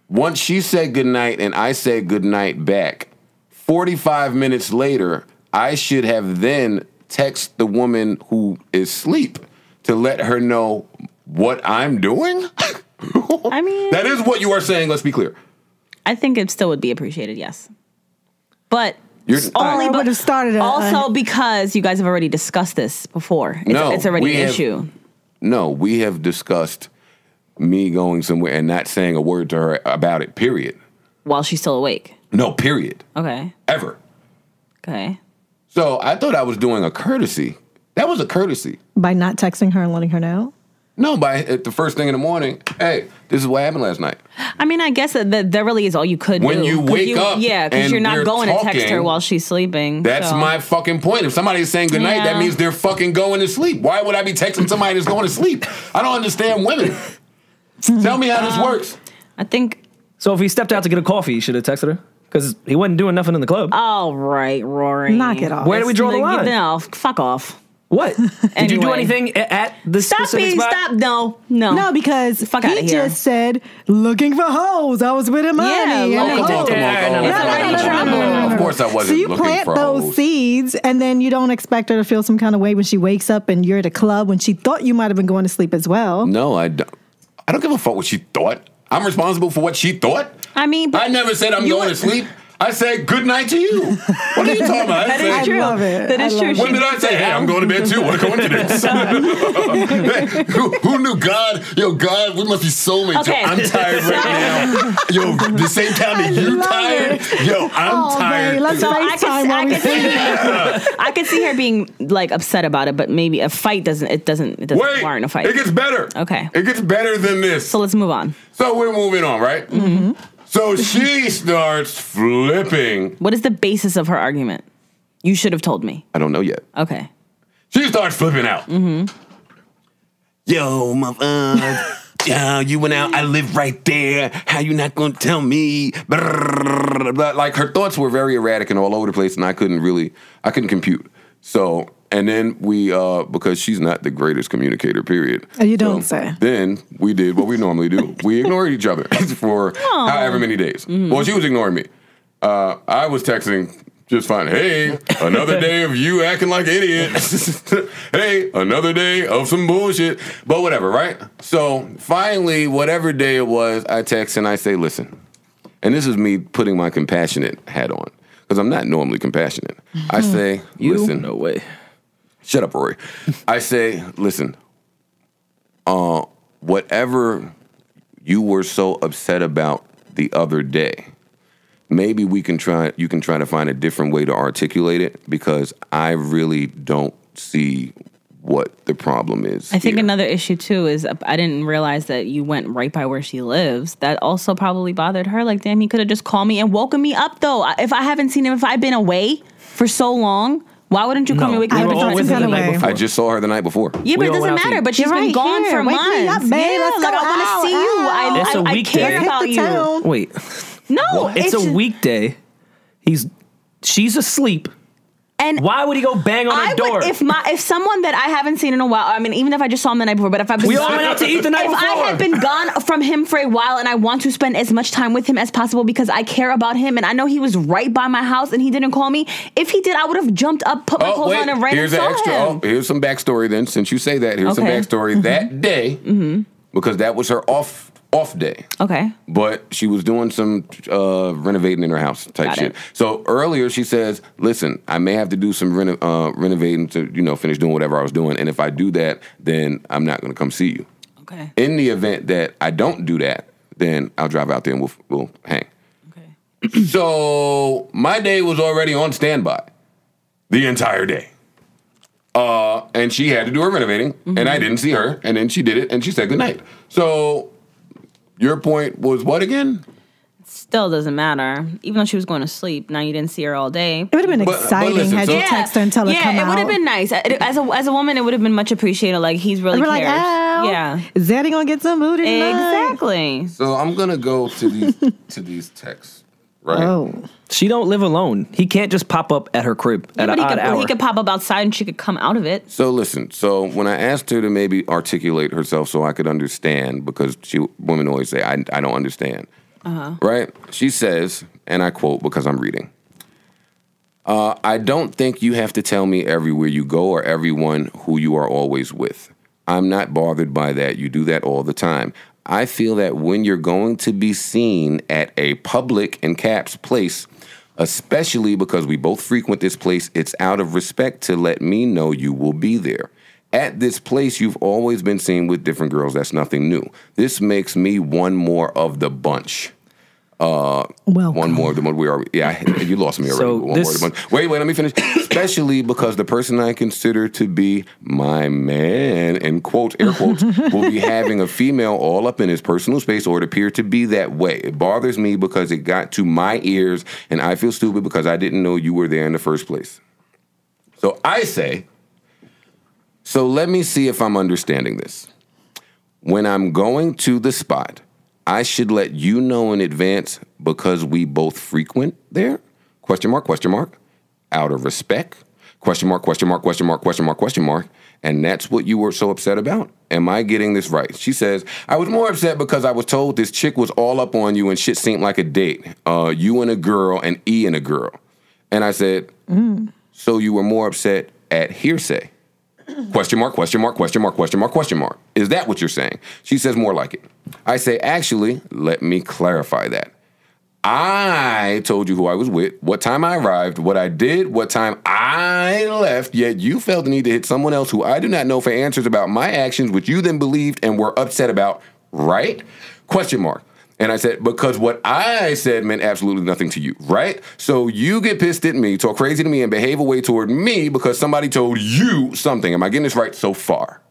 Once she said goodnight and I said goodnight back, 45 minutes later, I should have then text the woman who is asleep to let her know what I'm doing.
I mean-
that is what you are saying, let's be clear.
I think it still would be appreciated, yes. But
You're-
only
I
but
would've started a-
also because you guys have already discussed this before. It's,
No,
it's already
we
an
have-
issue.
No, we have discussed me going somewhere and not saying a word to her about it, period.
While she's still awake.
No, period.
Okay.
Ever.
Okay.
So I thought I was doing a courtesy. That was a courtesy.
by not texting her and letting her know.
No, by at the first thing in the morning, hey, this is what happened last night.
I mean, I guess that that, that really is all you could
When
do.
you
'Cause
wake up
yeah,
and
because you're
we're
not going to text her
talking,
while she's sleeping.
That's
so.
my fucking point. If somebody's saying goodnight, that
Yeah.
means they're fucking going to sleep. Why would I be texting somebody that's going to sleep? I don't understand women. Tell me how this works.
I think.
So if he stepped out to get a coffee, he should have texted her because he wasn't doing nothing in the club.
All right, Rory.
Knock it off.
Where do we draw the line?
No, fuck off.
what? Did you do
Anyway.
anything a- at the
Stop
specific
being.
spot?
Stop. No. No.
No, because
Oh. Fuck outta
he
here.
just said looking for hoes. I was with him.
Yeah,
honey, and
look
the
at
hoes.
that.
It's already trouble.
Of course, I
So
wasn't
you
looking
plant
for
those
hoes.
seeds, and then you don't expect her to feel some kind of way when she wakes up and you're at a club when she thought you might have been going to sleep as well.
No, I don't. I don't give a fuck what she thought. I'm responsible for what she thought.
I mean, but
I never said I'm
you
going to
were-
sleep. I said good night to you. What are you talking about? I
That
didn't
is
I
say-
true.
love it.
That
I
is
love
true.
it.
She
When did I say, hey, I'm going to bed too? What a coincidence. Hey, who, who knew God? Yo, God, we must be soulmates.
Okay.
Yo, I'm tired right now. Yo, the same time that you
love
tired. Yo, I'm
Oh, babe,
tired.
let's
So I could,
FaceTime while
I,
we
could see her, I could see her being like upset about it, but maybe a fight doesn't. It doesn't. It doesn't
Wait,
warrant a fight.
it gets better.
Okay.
It gets better than this.
so let's move on.
So we're moving on, right?
Mm-hmm.
So she starts flipping.
What is the basis of her argument? You should have told me.
I don't know yet.
Okay.
She starts flipping out. Mm-hmm. Yo, my uh, yo, you went out. I live right there. How you not gonna tell me? But like her thoughts were very erratic and all over the place, and I couldn't really, I couldn't compute. So, and then we, uh, because she's not the greatest communicator, period.
Oh, you don't
So
say.
Then we did what we normally do. We ignored each other for however many days. Well, she was ignoring me. Uh, I was texting just fine. Hey, another day of you acting like an idiot. hey, another day of some bullshit. But whatever, right? So finally, whatever day it was, I text and I say, listen. And this is me putting my compassionate hat on because I'm not normally compassionate. I
Mm-hmm.
say,
You?
listen,
No way.
shut up, Rory. I say, listen, uh, whatever you were so upset about the other day, maybe we can try. You can try to find a different way to articulate it because I really don't see what the problem is.
I think
here.
another issue too is uh, I didn't realize that you went right by where she lives. That also probably bothered her. Like, damn, he could have just called me and woken me up though. I- If I haven't seen him, if I've been away for so long, why wouldn't you call
No,
me? Wake
we
me
were
up?
all
always
with
the
her the
night
way.
before.
I just saw her the night before.
We
Yeah, but it
all went out
doesn't
to
matter.
eat.
But she's
You're
been
right
gone
here.
for
Wake me
months.
up, babe.
Yeah,
Let's
like
go
I want
out,
to see
out.
That's
you.
a
I, I, I
weekday.
care
Hit
about
the
you.
town.
Wait,
No,
it's,
just-
a weekday. He's she's asleep.
And
Why would he go bang on
I
her door?
would if my if someone that I haven't seen in a while. I mean, even if I just saw him the night before, but if I
we all went out to eat the night
if
before.
I had been gone from him for a while and I want to spend as much time with him as possible because I care about him and I know he was right by my house and he didn't call me. If he did, I would have jumped up, put my
Oh,
clothes
wait.
on, and ran
here's
and
an
saw
extra.
him.
Oh, here's some backstory. Then, since you say that, here's some
Okay. Mm-hmm.
backstory. That day, because that was her off off day.
Oh.
Okay.
but she was doing some uh, renovating in her house type
Got it.
shit. So earlier she says, "Listen, I may have to do some reno- uh, renovating to you know finish doing whatever I was doing, and if I do that, then I'm not going to come see you.
Okay.
In the event that I don't do that, then I'll drive out there and we'll we'll hang."
Okay.
So my day was already on standby the entire day. Uh, and she had to do her renovating, and I didn't see her, and then she did it, and she said goodnight. So your point was what again?
Still doesn't matter. Even though she was going to sleep, now you didn't see her all day.
It would have been
But- but
exciting
listen,
had
so-
you text her and tell her
yeah,
come
it
out.
would have been nice. It- As a as a woman, it would have been much appreciated. Like he's really
We're
cares.
like, oh,
yeah,
is Zaddy gonna get some booty tonight?
exactly.
So I'm gonna go to these to these texts, right?
Oh,
she don't live alone. He can't just pop up at her crib at
but
an
he
odd
could,
hour.
he could pop up outside and she could come out of it.
So listen. So when I asked her to maybe articulate herself so I could understand, because she women always say I I don't understand. right? She says, and I quote because I'm reading. Uh, I don't think you have to tell me everywhere you go or everyone who you are always with. I'm not bothered by that. You do that all the time. I feel that when you're going to be seen at a public in caps place, especially because we both frequent this place, it's out of respect to let me know you will be there. At this place, you've always been seen with different girls. That's nothing new. This makes me one more of the bunch. Uh,
Well,
One more than what we are. Yeah, I- you lost me already.
So
one
this-
more than one. Wait, wait, let me finish. Especially because the person I consider to be my man, in quotes, air quotes, will be having a female all up in his personal space or it appeared to be that way. It bothers me because it got to my ears and I feel stupid because I didn't know you were there in the first place. So I say, so let me see if I'm understanding this. When I'm going to the spot, I should let you know in advance because we both frequent there? Question mark, question mark. Out of respect? Question mark, question mark, question mark, question mark, question mark. And that's what you were so upset about? Am I getting this right? She says, I was more upset because I was told this chick was all up on you and shit seemed like a date. Uh, you and a girl and E and a girl. And I said, So you were more upset at hearsay? Question mark, question mark, question mark, question mark, question mark. Is that what you're saying? She says more like it. I say, actually, let me clarify that. I told you who I was with, what time I arrived, what I did, what time I left, yet you felt the need to hit someone else who I do not know for answers about my actions, which you then believed and were upset about, right? Question mark. And I said, because what I said meant absolutely nothing to you, right? So you get pissed at me, talk crazy to me, and behave a way toward me because somebody told you something. Am I getting this right so far?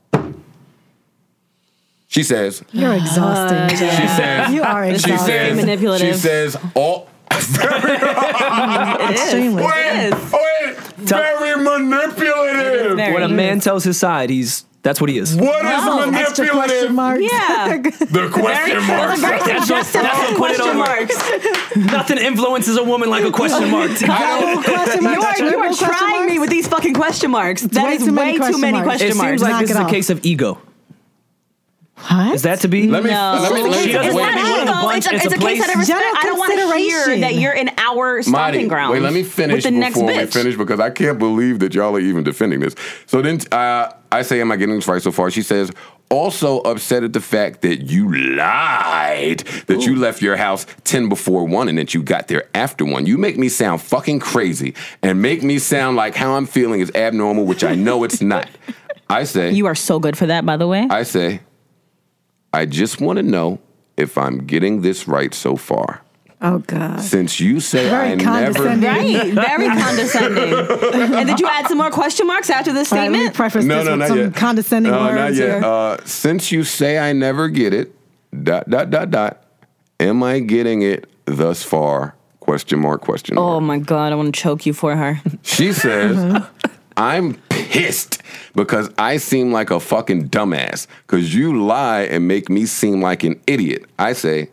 She says,
you're
Uh,
exhausting. Jack.
she says,
you are
she
exhausting.
says,
manipulative.
she says, oh, all.
It is.
Extremely.
It is.
Wait, very manipulative.
Very.
When a
He
man tells his side, he's that's what he is.
What is
Wow.
Extra question
manipulative?
marks.
Yeah.
The question mark.
That's what put it
Question
over.
marks.
Nothing influences a woman like a question mark.
Double
You
question marks.
are, you
triple
are
question
trying me
marks.
with these fucking question marks. That
way
is
too many
way too
question
many
It
marks.
question
seems
marks.
like
Knock
this
it
is a
off.
case of ego.
What?
Is that to be?
Let me,
No.
let me, let me,
She doesn't
It's
wait,
want
not
to be
wait,
one of the
ego.
bunch.
It's a,
It's
it's
a
a case
place-
out of respect.
General
I don't want to hear
consideration.
that you're in our stomping
Marty,
ground.
wait, let me finish
with the
before
next
we
bitch.
finish because I can't believe that y'all are even defending this. So then uh, I say, Am I getting this right so far? She says, also upset at the fact that you lied, that you left your house 10 before 1 and that you got there after 1. You make me sound fucking crazy and make me sound like how I'm feeling is abnormal, which I know it's not. I say,
You are so good for that, by the way.
I say, I just want to know if I'm getting this right so far.
Oh God.
Since you say
Very
I
condescending.
never.
Right, very condescending. And did you add some more question marks after this
All right, let me
statement?
preface
No,
this
no,
with
not
some
yet.
condescending
no,
words
not yet.
here.
Uh, since you say I never get it, dot dot dot dot. Am I getting it thus far? Question mark. Question mark.
oh my god, I want to choke you for her.
She says, I'm pissed because I seem like a fucking dumbass because you lie and make me seem like an idiot. I say,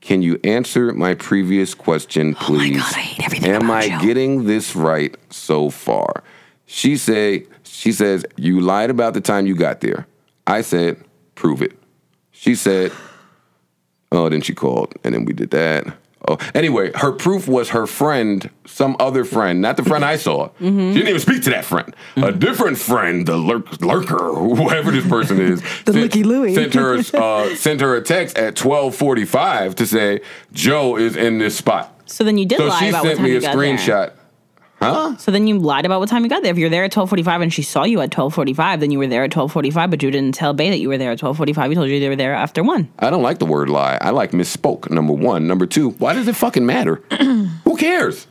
Can you answer my previous question, please?
Oh God, I hate everything
Am
about
I
you."
getting this right so far? She say, she says, You lied about the time you got there. I said, Prove it. She said, Oh, then she called, and then we did that. Oh, anyway, her proof was her friend, some other friend, not the friend I saw.
Mm-hmm.
She didn't even speak to that friend. A different friend, the lurk, lurker, whoever this person is,
The Licky Louie.
sent her uh, sent her a text at twelve forty five to say Joe is in this spot.
So then you did
So
lie
she
about what
sent
time
me
you
a
got there.
screenshot.
So then you lied about what time you got there. If you're there at 12:45 and she saw you at 12:45, then you were there at 12:45, but you didn't tell Bay that you were there at 12:45. You told you they were there after one.
I don't like the word lie. I like misspoke. Number one, number two. Why does it fucking matter? Who cares?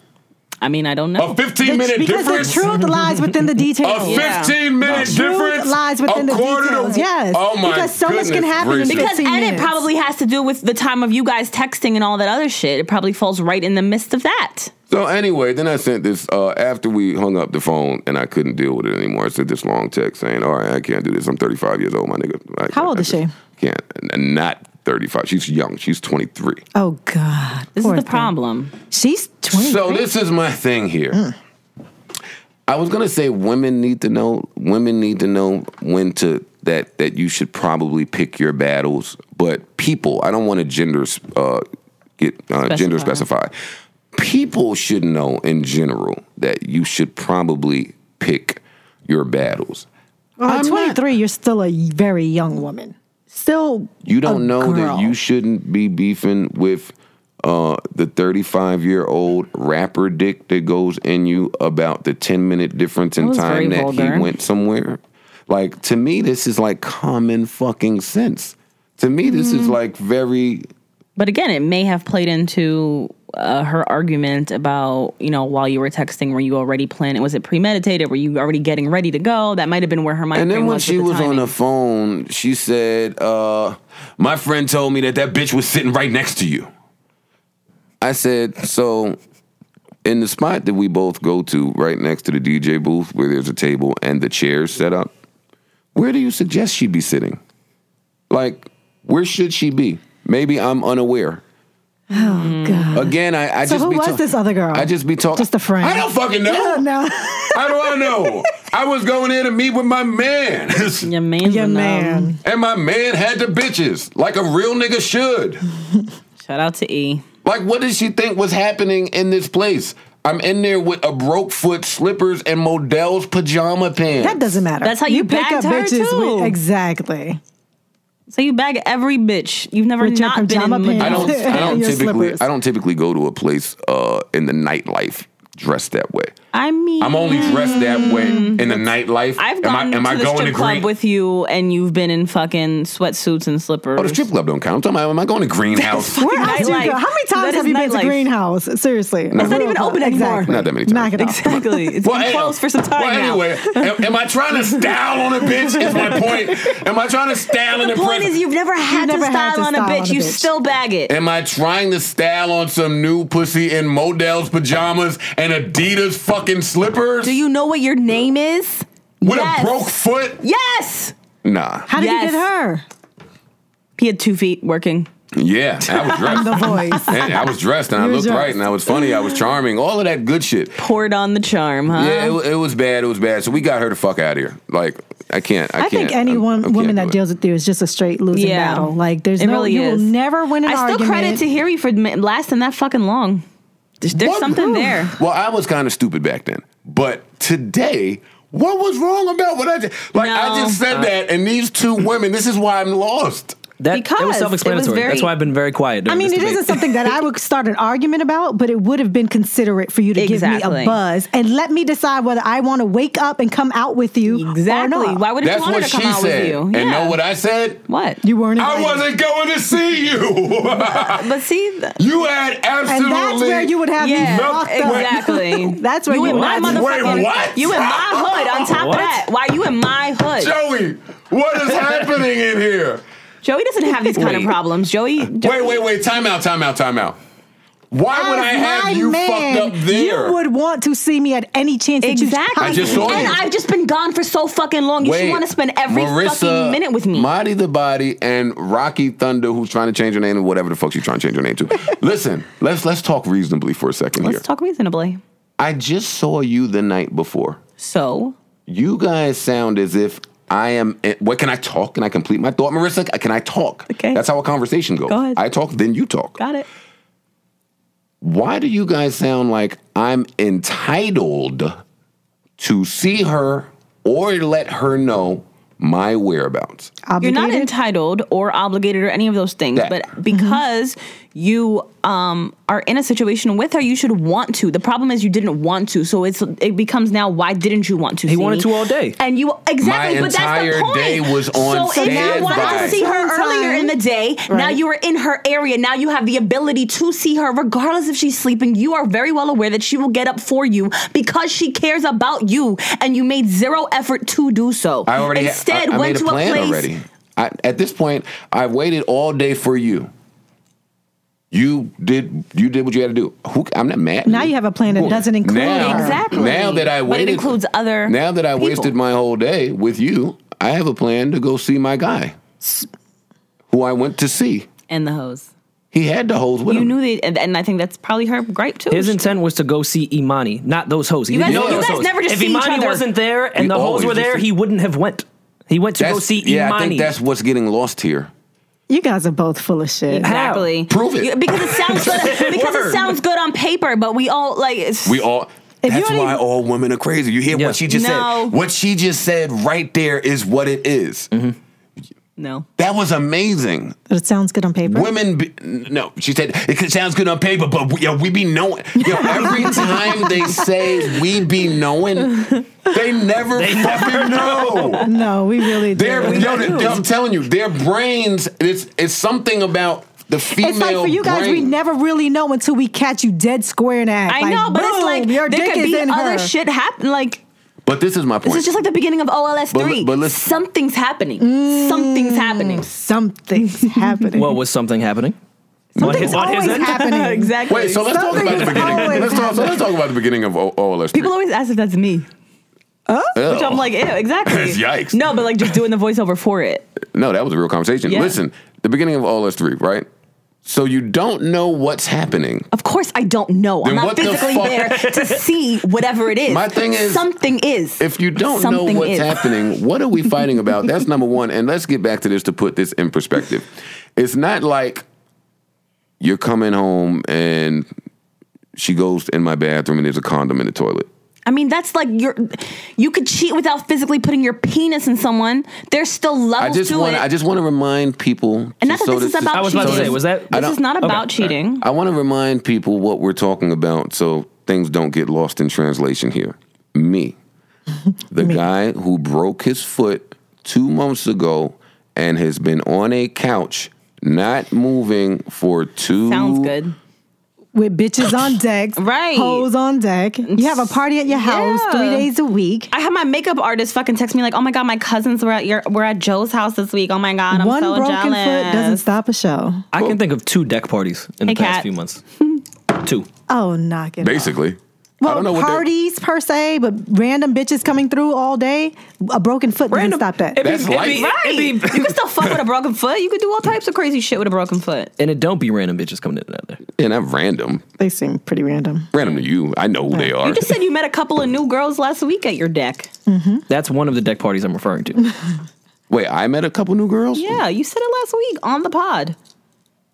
I mean, I don't know.
A fifteen minute
because
difference.
the truth lies within the
A
details.
Yeah.
15 minute
The truth
difference
lies within
a
the
quarter to-
details, yes.
Oh my
Because so much
goodness
can happen in
gracious.
because
15
edit
minutes.
probably has to do with the time of you guys texting and all that other shit. It probably falls right in the midst of that.
So anyway, then I sent this uh, after we hung up the phone and I couldn't deal with it anymore. I sent this long text saying, "All right, I can't do this. I'm 35 years old, my nigga." I,
How
I-
old
I
is
just
she?
Can't. And not 35. She's young. She's 23.
Oh God.
This
Poor
is
thing.
the problem.
She's 20.
So this is my thing here. I was gonna say women need to know. Women need to know when to that that you should probably pick your battles. But people, I don't want to gender uh, get uh, gender
Specify.
specified. People should know in general that you should probably pick your battles.
Well,
I'm
at
not-
23, you're still a very young woman. Still,
You don't
a
know
girl.
that you shouldn't be beefing with uh, the 35 year old rapper dick that goes in you about the 10 minute difference in
was very
time that
vulgar.
he went somewhere. Like, to me, this is like common fucking sense. To me, this is like very
But again, it may have played into uh, her argument about, you know, while you were texting, were you already planning? Was it premeditated? Were you already getting ready to go? That might have been where her mind
And then
frame
when
was
she
with the
was on
timing.
the phone, she said, uh, "My friend told me that that bitch was sitting right next to you." I said, "So, in the spot that we both go to, right next to the DJ booth, where there's a table and the chairs set up, where do you suggest she be sitting? Like, where should she be? Maybe I'm unaware."
oh god.
Again, I, I
So
just
who
be
was
talk-
this other girl?
I just be talking.
Just a friend.
I don't fucking know.
No,
How do I know? I was going in to meet with my man.
Your man.
your man.
And my man had the bitches like a real nigga should.
Shout out to E.
Like, what did she think was happening in this place? I'm in there with a broke foot slippers and Modell's pajama pants.
That doesn't matter.
That's how you
pick up
bagged her,
bitches.
too.
exactly.
So you bag every bitch. You've never
With your
not been in
pajama
I don't.
pants.
McDonald's.
I don't
Your
typically.
slippers.
I don't typically go to a place uh, in the nightlife dressed that way.
I mean,
I'm only dressed that way in the nightlife.
Mm. I've
am
gone
I, am
to
I
the
going
strip
to
club
green?
with you, and you've been in fucking sweatsuits and slippers.
oh, the strip club don't count. I'm talking about, am I going to greenhouse?
Where else do you
Nightlife.
go? How
That
many times
is
have you been to
nightlife.
Greenhouse? Seriously,
That's not
Real
even
talk.
open anymore.
Exactly.
Not that many times.
Knock it off.
Exactly. It's been
hey,
closed for some time
Well,
now.
anyway, am, am I trying to style on a bitch? Is my point? Am I trying to style in
The
the
point
present?
is, you've never had to
never had
style
to
on a
style on
bitch.
a
You
bitch.
still bag it.
Am I trying to style on some new pussy in Modell's pajamas and Adidas fucking slippers
Do you know what your name is?
with
yes.
a broke foot?
Yes.
Nah.
How did
Yes.
you get her?
He had two feet working.
Yeah, I was dressed.
The voice.
And I was dressed and I
You were
looked
dressed.
right and I was funny. I was charming. All of that good shit.
Poured on the charm, huh?
Yeah, it, wa- it was bad. It was bad. So we got her the fuck out of here. Like I can't. I,
I
can't.
think any
I'm-
one
I can't
woman
do
that
it.
deals with you is just a straight losing
Yeah.
battle. Like there's
It
no,
really
you
is.
will never win an
I still
argument.
credit to Harry for m- lasting that fucking long. There's, there's
What?
something there.
Well, I was kind of stupid back then, but today, what was wrong about what I did? Like I
No. Uh.
just said that, and these two women. This is why I'm lost.
That it
Because it
was
was
self-explanatory.
very-
That's why I've been very quiet.
I
during
mean,
this
it
debate.
isn't something that I would start an argument about, but it would have been considerate for you to give me
Exactly.
a buzz and let me decide whether I want to wake up and come out with you. Or
Exactly.
Oh, not.
Why would you
That's
want her
what
to come
she
out
said.
with you?
And know what I said?
What?
you weren't?
I
invited.
wasn't going to see you.
But see, th-
you had absolutely.
And that's where you would have
yeah,
me locked up.
exactly.
That's where you
in my
would-
motherfucking.
Wait, what?
You in my hood. On top
What?
of that, why you in my hood?
Joey, what is happening in here?
Joey doesn't have these kind of
Wait.
problems. Joey,
Wait, wait, wait. Time out, time out, time out. Why would I
As my
have you
man,
fucked up there?
You would want to see me at any chance that you
exactly.
I just saw
and
you.
I've just been gone for so fucking long. You should
Wait,
want to spend every fucking minute with me.
Marty the Body and Rocky Thunder, who's trying to change her name to whatever the fuck she's trying to change her name to. Listen, let's let's talk reasonably for a 2nd here.
Let's talk reasonably.
I just saw you the night before.
So
You guys sound as if I am. eh, What can I talk? Can I complete my thought, Marissa? uh, Can I talk?
Okay.
That's how a conversation goes.
Go ahead.
I talk, then you talk.
got it.
Why do you guys sound like I'm entitled to see her or let her know my whereabouts?
You're not
Obligated?
entitled or obligated or any of those things,
That. Mm-hmm.
but because you um, are in a situation with her, you should want to. The problem is you didn't want to, so it's it becomes now why didn't you want to?
He
see
wanted
me?
to all day.
and you exactly.
My
but that's
entire
the point.
day was on
So if you wanted
standby.
to see her earlier in the day, now
Right.
you are in her area. Now you have the ability to see her, regardless if she's sleeping. You are very well aware that she will get up for you because she cares about you, and you made zero effort to do so.
I already
instead
I, I
went
made
to
a plan
place
already. I, at this point, I waited all day for you. You did you did what you had to do. Who, I'm not mad. at
Now you have a plan that doesn't include
now,
her.
Exactly.
Now that I waited,
But it includes other
Now that I
people.
wasted my whole day with you, I have a plan to go see my guy, who I went to see.
and the hose.
He had the holes with
You
him.
knew they, and, and I think that's probably her gripe too.
His intent was to go see Imani, not those hoes. He
You
didn't
guys-
know
you
those
guys
hoes.
never just
if
see each
Imani
other.
wasn't there and
We
the hoes
always
were
just
there,
see-
he wouldn't have went. He went to go see
yeah, I
Imani.
think that's what's getting lost here.
You guys are both full of shit.
Exactly.
Prove it.
Because it sounds good. because it
Word.
sounds good on paper, but we all like. It's,
We all.
If
that's
you don't
why
even-
all women are crazy. You hear
Yeah.
what she just
No.
said. What she just said right there is what it is.
no.
That was amazing.
But it sounds good on paper.
Women, be, no, she said it could- sounds good on paper, but we, yo, we be knowing. Yo, every time they say we be knowing, they never fucking know.
No, we really do.
They're, yo, they- I'm telling you, their brains. It's it's something about the female.
it's like for you guys,
brain.
we never really know until we catch you dead square in the act.
I know, but it's
boom,
like
your
there
dick
could
is
be
in
other
her.
shit happen. Like
But this is my point.
this is just like the beginning of OLS
But
three.
li- but listen-
something's happening.
Mm.
Something's happening.
Something's happening.
What was something happening?
Something's
What is
always
it?
happening.
exactly.
Wait, so let's talk
Something
about the
is
beginning.
always
Let's talk, so let's talk about the beginning of O- OLS.
People always ask if that's me.
Ew.
So I'm like, ew, exactly.
Oh. Yikes.
No, but like just doing the voiceover for it.
No, that was a real conversation.
Yeah.
Listen, the beginning of OLS three, right? So you don't know what's happening.
Of course, I don't know.
Then
I'm
what
not
the
physically
fuck-
there to see whatever it is.
My thing is,
something is.
If you don't
Something
know what's
is.
happening, what are we fighting about? That's number one. And let's get back to this to put this in perspective. It's not like you're coming home and she goes in my bathroom and there's a condom in the toilet.
I mean, that's like your. You could cheat without physically putting your penis in someone. There's still
I
levels
just
to
want
it.
I just want to remind people
and not that
so
this is
this is-
about
I was
cheating.
about to say, was that- I
This is
don't-
not
okay,
about
alright.
cheating.
I want to remind people what we're talking about so things don't get lost in translation here. Me, the guy who broke his foot two months ago and has been on a couch, not moving for two.
Sounds good.
With bitches on deck,
Right.
Hoes on deck. You have a party at your house
Yeah.
three days a week.
I had my makeup artist fucking text me like, "Oh my god, my cousins were at your were at Joe's house this week. Oh my god, I'm
One
so
broken
jealous."
foot doesn't stop a show.
I can think of two deck parties in
Hey,
the past
Kat.
few months. two.
Oh, knock it. off.
Basically,
Well,
I don't know what that-
parties per se, but random bitches coming through all day. A broken foot
Random-
doesn't stop that.
It'd be-
That's
it'd be-
life.
Right.
it'd
you
be-
can still fuck with a broken foot. You could do all types of crazy shit with a broken foot.
and it don't be random bitches coming in and out there.
yeah, not random.
they seem pretty random.
Random to you. I know who they are.
You just said you met a couple of new girls last week at your deck.
That's one of the deck parties I'm referring to.
Wait, I met a couple new girls?
Yeah, you said it last week on the pod.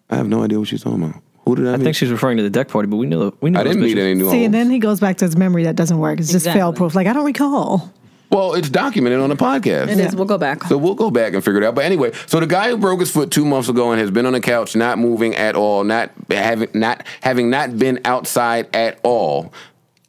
I have no idea what she's talking about. Who did I,
I
meet?
think she's referring to the deck party, but we know we know.
I
those
didn't meet
bitches.
any new
See, and
hoes.
then he goes back to his memory that doesn't work. It's just
Exactly.
fail proof. Like I don't recall.
Well, it's documented on the podcast.
It
Yeah.
is. We'll go back.
So we'll go back and figure it out. But anyway, so the guy who broke his foot two months ago and has been on the couch, not moving at all, not having not having not been outside at all,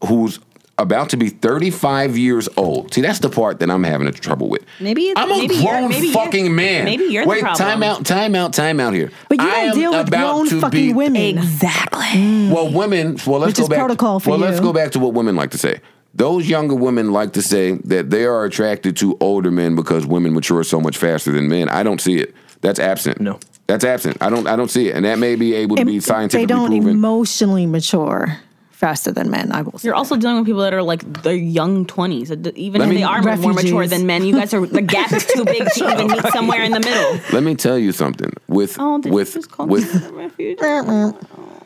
who's about to be 35 years old. See, that's the part that I'm having trouble with.
Maybe it's-
I'm a
maybe you're-
grown
maybe you're-
fucking man.
maybe you're the
Wait,
problem.
time out, time out, time out here.
But you
I am
don't deal with
about
grown
to
fucking
be-
women.
Exactly.
Mm.
well, women. Well, let's
Which
go
is
back.
protocol for
well, let's
you.
go back to what women like to say. Those younger women like to say that they are attracted to older men because women mature so much faster than men. I don't see it. That's absent.
No.
that's absent. I don't. I don't see it, and that may be able to
And
be scientifically
they don't
proven.
emotionally mature faster than men. I will. Say.
You're also dealing with people that are like their young 20s. Even
Let
if
me-
they are more mature
Refugees.
than men, you guys are, the gap is too big to even meet somewhere in the middle.
Let me tell you something. With
Oh, did
with
you just call
with
me a refugee?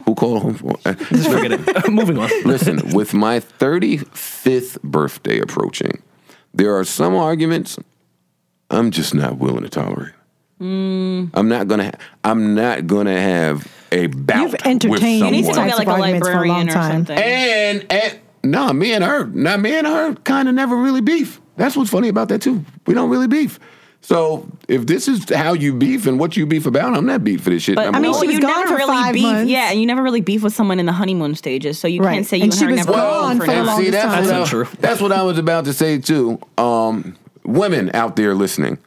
who called home?
Just forget it. Moving on.
Listen, with my 35th birthday approaching, there are some arguments I'm just not willing to tolerate.
Mm.
I'm not gonna. Ha- I'm not gonna have a bout
You've entertained-
You
with
need to go
someone.
Types
get like
of
a
arguments for a
librarian
long
or
time.
something.
and, and no, me and her, now me and her, kind of never really beef. That's what's funny about that too. We don't really beef. So if this is how you beef and what you beef about, I'm not beef for this shit.
But
I'm
I mean,
well,
she
she
you
was gone
never
for
really
five
beef.
months.
Yeah, and you never really beef with someone in the honeymoon stages, so you
Right.
can't say you
And
and,
she
her
was
never
gone
gone
for the
forever.
longest
see, that's
time.
what, I,
That's untrue.
that's what I was about to say too. Um, women out there listening,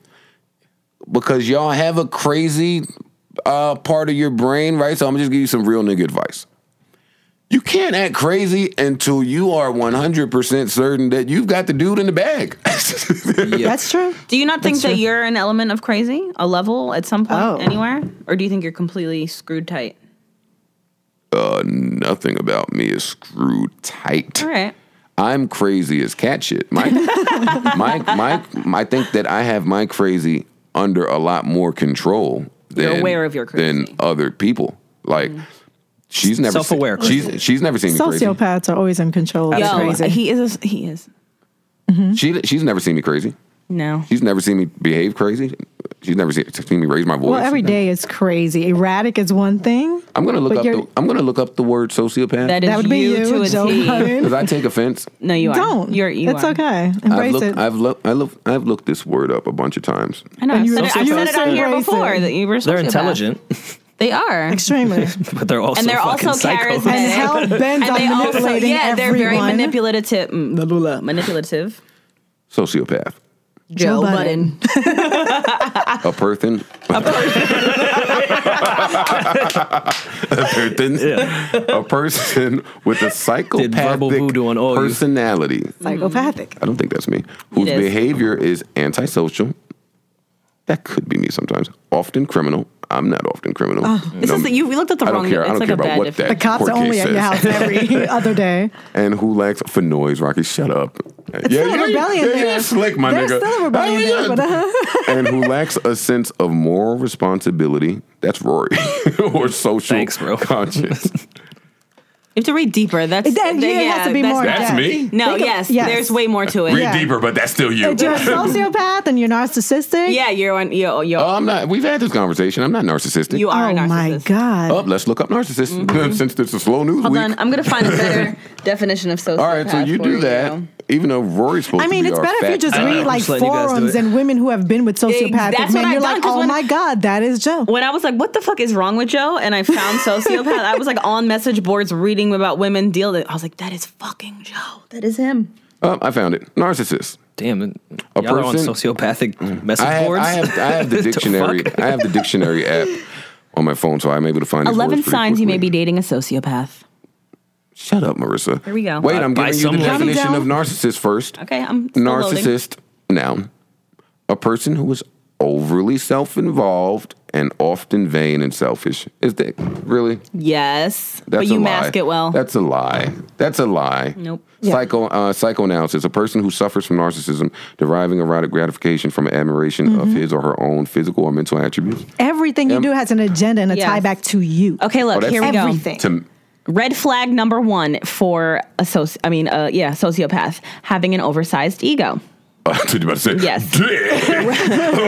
because y'all have a crazy uh, part of your brain, right? So I'm gonna just give you some real nigga advice. You can't act crazy until you are 100% certain that you've got the dude in the bag.
That's true.
Do you not think that you're an element of crazy, a level at some point
Oh.
anywhere, or do you think you're completely screwed tight?
Nothing about me is screwed tight.
All right.
I'm crazy as cat shit. My, my, my, my, I think that I have my crazy under a lot more control than,
You're aware of your crazy.
than other people. Like,
Mm-hmm.
she's never
Self-aware
Seen, she's she's never seen me crazy.
Sociopaths are always in control. It's
Yo,
crazy.
he is. A, he is.
She she's never seen me crazy.
No.
She's never seen me behave crazy. She's never seen, seen me raise my voice.
Well, every day is crazy. Erratic is one thing.
I'm gonna look
but
up.
you're-
The, I'm gonna look up the word sociopath.
That is
That would be
you,
you,
to a
Joe
T.
Budden.
because I take offense.
No, you are.
Don't.
You're. You
it's
are.
okay.
I've
Embrace
looked,
it.
I've looked. I looked. I've looked this word up a bunch of times.
I know.
And
I've
you
said,
were
it, I've
so
said it on here
embracing.
before that you were. a
They're
sociopath.
intelligent,
They are.
Extremely.
but they're also
And they're
fucking
also
psychos.
charismatic.
and hell
And
bent on
they also,
manipulating
yeah, they're very
everyone.
manipulative. mm, Manipulative.
Sociopath.
Joe Budden.
A person. A person. A person with a
verbal
psychopathic
voodoo on all you.
personality.
Psychopathic.
Mm.
I don't think that's me. Whose
It is.
behavior is antisocial. That could be me sometimes. Often criminal. I'm not often criminal.
Oh, This
No,
is you. We looked at the
I
wrong.
don't care. I
It's
don't
like
care
a bad
about what
definition.
The
that
cops
court
are only
case
at your
says.
house every other day.
and who lacks for noise, Rocky. Shut up. It's
still a rebellion
Yeah,
there.
you're slick, my
There's
nigga.
still a rebellion
Oh, yeah.
there, but, uh-huh.
and who lacks a sense of moral responsibility. That's Rory. or social
Thanks, bro.
conscience.
You have to read deeper. That's
That-
that-
yeah, it has to be
that's-
more
That's
Yeah.
me.
No,
Think of-
yes,
yes.
There's way more to it.
Read
Yeah.
deeper, but that's still you.
If you're a sociopath and you're narcissistic,
Yeah, you're on. You're, you're,
Oh, I'm not. We've had this conversation. I'm not narcissistic.
you are
oh
a narcissist.
my God.
Up, let's look up narcissist since this is slow news
Hold
week.
on, I'm gonna find a better definition of sociopath.
All right, so you
for
do that, even though Rory's supposed
I mean,
to be
it's
our
better if you
fact
just
checker.
read like
just letting you guys do
forums
it.
and women who have been with sociopathic
that's what
men.
I've
You're
done,
like,
'cause
oh
when-
my God, that is Joe.
When I was like, "What the fuck is wrong with Joe?" and I found sociopath, I was like on message boards reading about women deal. That I was like, "That is fucking Joe. That is him."
Um, I found it. Narcissist.
Damn, it. y'all are on
person- Mm.
sociopathic message
I have,
boards.
I have, I have the
The
dictionary.
fuck?
I have the dictionary app on my phone, so I'm able to find these
Eleven
words pretty
signs you may be
quickly.
dating a sociopath.
Shut up, Marissa. Here
we go.
Wait, I'm
By
giving you the
some logic.
definition
Calm
of narcissist first.
Okay, I'm still
Narcissist noun, a person who is overly self-involved and often vain and selfish. Is that really?
Yes,
That's
but you
a
mask
lie.
it well.
That's a lie. That's a lie.
Nope.
Yeah.
Psycho uh, psychoanalysis: a person who suffers from narcissism, deriving erotic gratification from admiration of
Mm-hmm.
his or her own physical or mental attributes.
Everything you do has an agenda and a
Yes.
tie back to you.
okay,
Oh,
look,
that's-
here we go.
Everything.
To
Red flag number one for a soci- I mean, uh, yeah, sociopath having an oversized ego.
I was about to say
Yes.
Red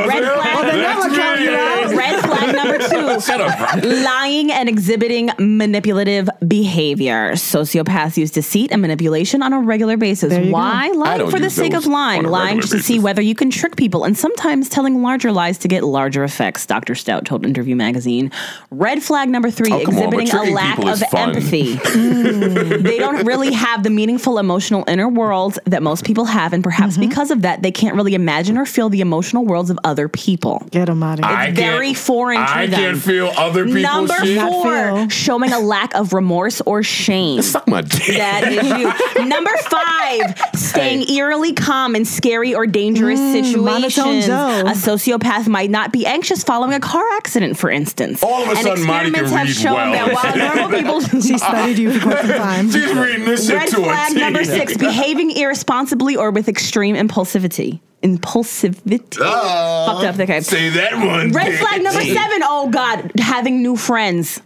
Red flag,
never count you out.
red flag number two.
Shut up.
Lying and exhibiting manipulative behavior. Sociopaths use deceit and manipulation on a regular basis.
There you go.
Why?
I
Lying
don't
for the
use
sake
those
of lying.
on a
Lying
regular
just to see
basis.
whether you can trick people, and sometimes telling larger lies to get larger effects, Dr. Stout told Interview Magazine. Red flag number three:
Oh, come on, but
exhibiting a
tricking
lack
people is
of
fun.
empathy. Mm. they don't really have the meaningful emotional inner worlds that most people have, and perhaps
Mm-hmm.
because of that, they can't really imagine or feel the emotional worlds of other people.
Get him out of here.
I- very foreign to
I
them.
can't feel other people's
Number
shit.
Not
four,
feel.
showing a lack of remorse or shame.
Suck my dick.
That is you. Number five, staying eerily calm in scary or dangerous
monotone
situations.
Joe.
A sociopath might not be anxious following a car accident, for instance.
All of a
and
sudden, Monty can
experiments have
read
shown
well.
that while normal people
She studied you for quite some time.
She's reading this shit
Red
to
flag
a T.
number six: behaving irresponsibly or with extreme impulsivity. Impulsivity.
Uh,
Fucked up. Okay.
Say that one.
Red
bitch.
flag number seven. Oh God, having new friends.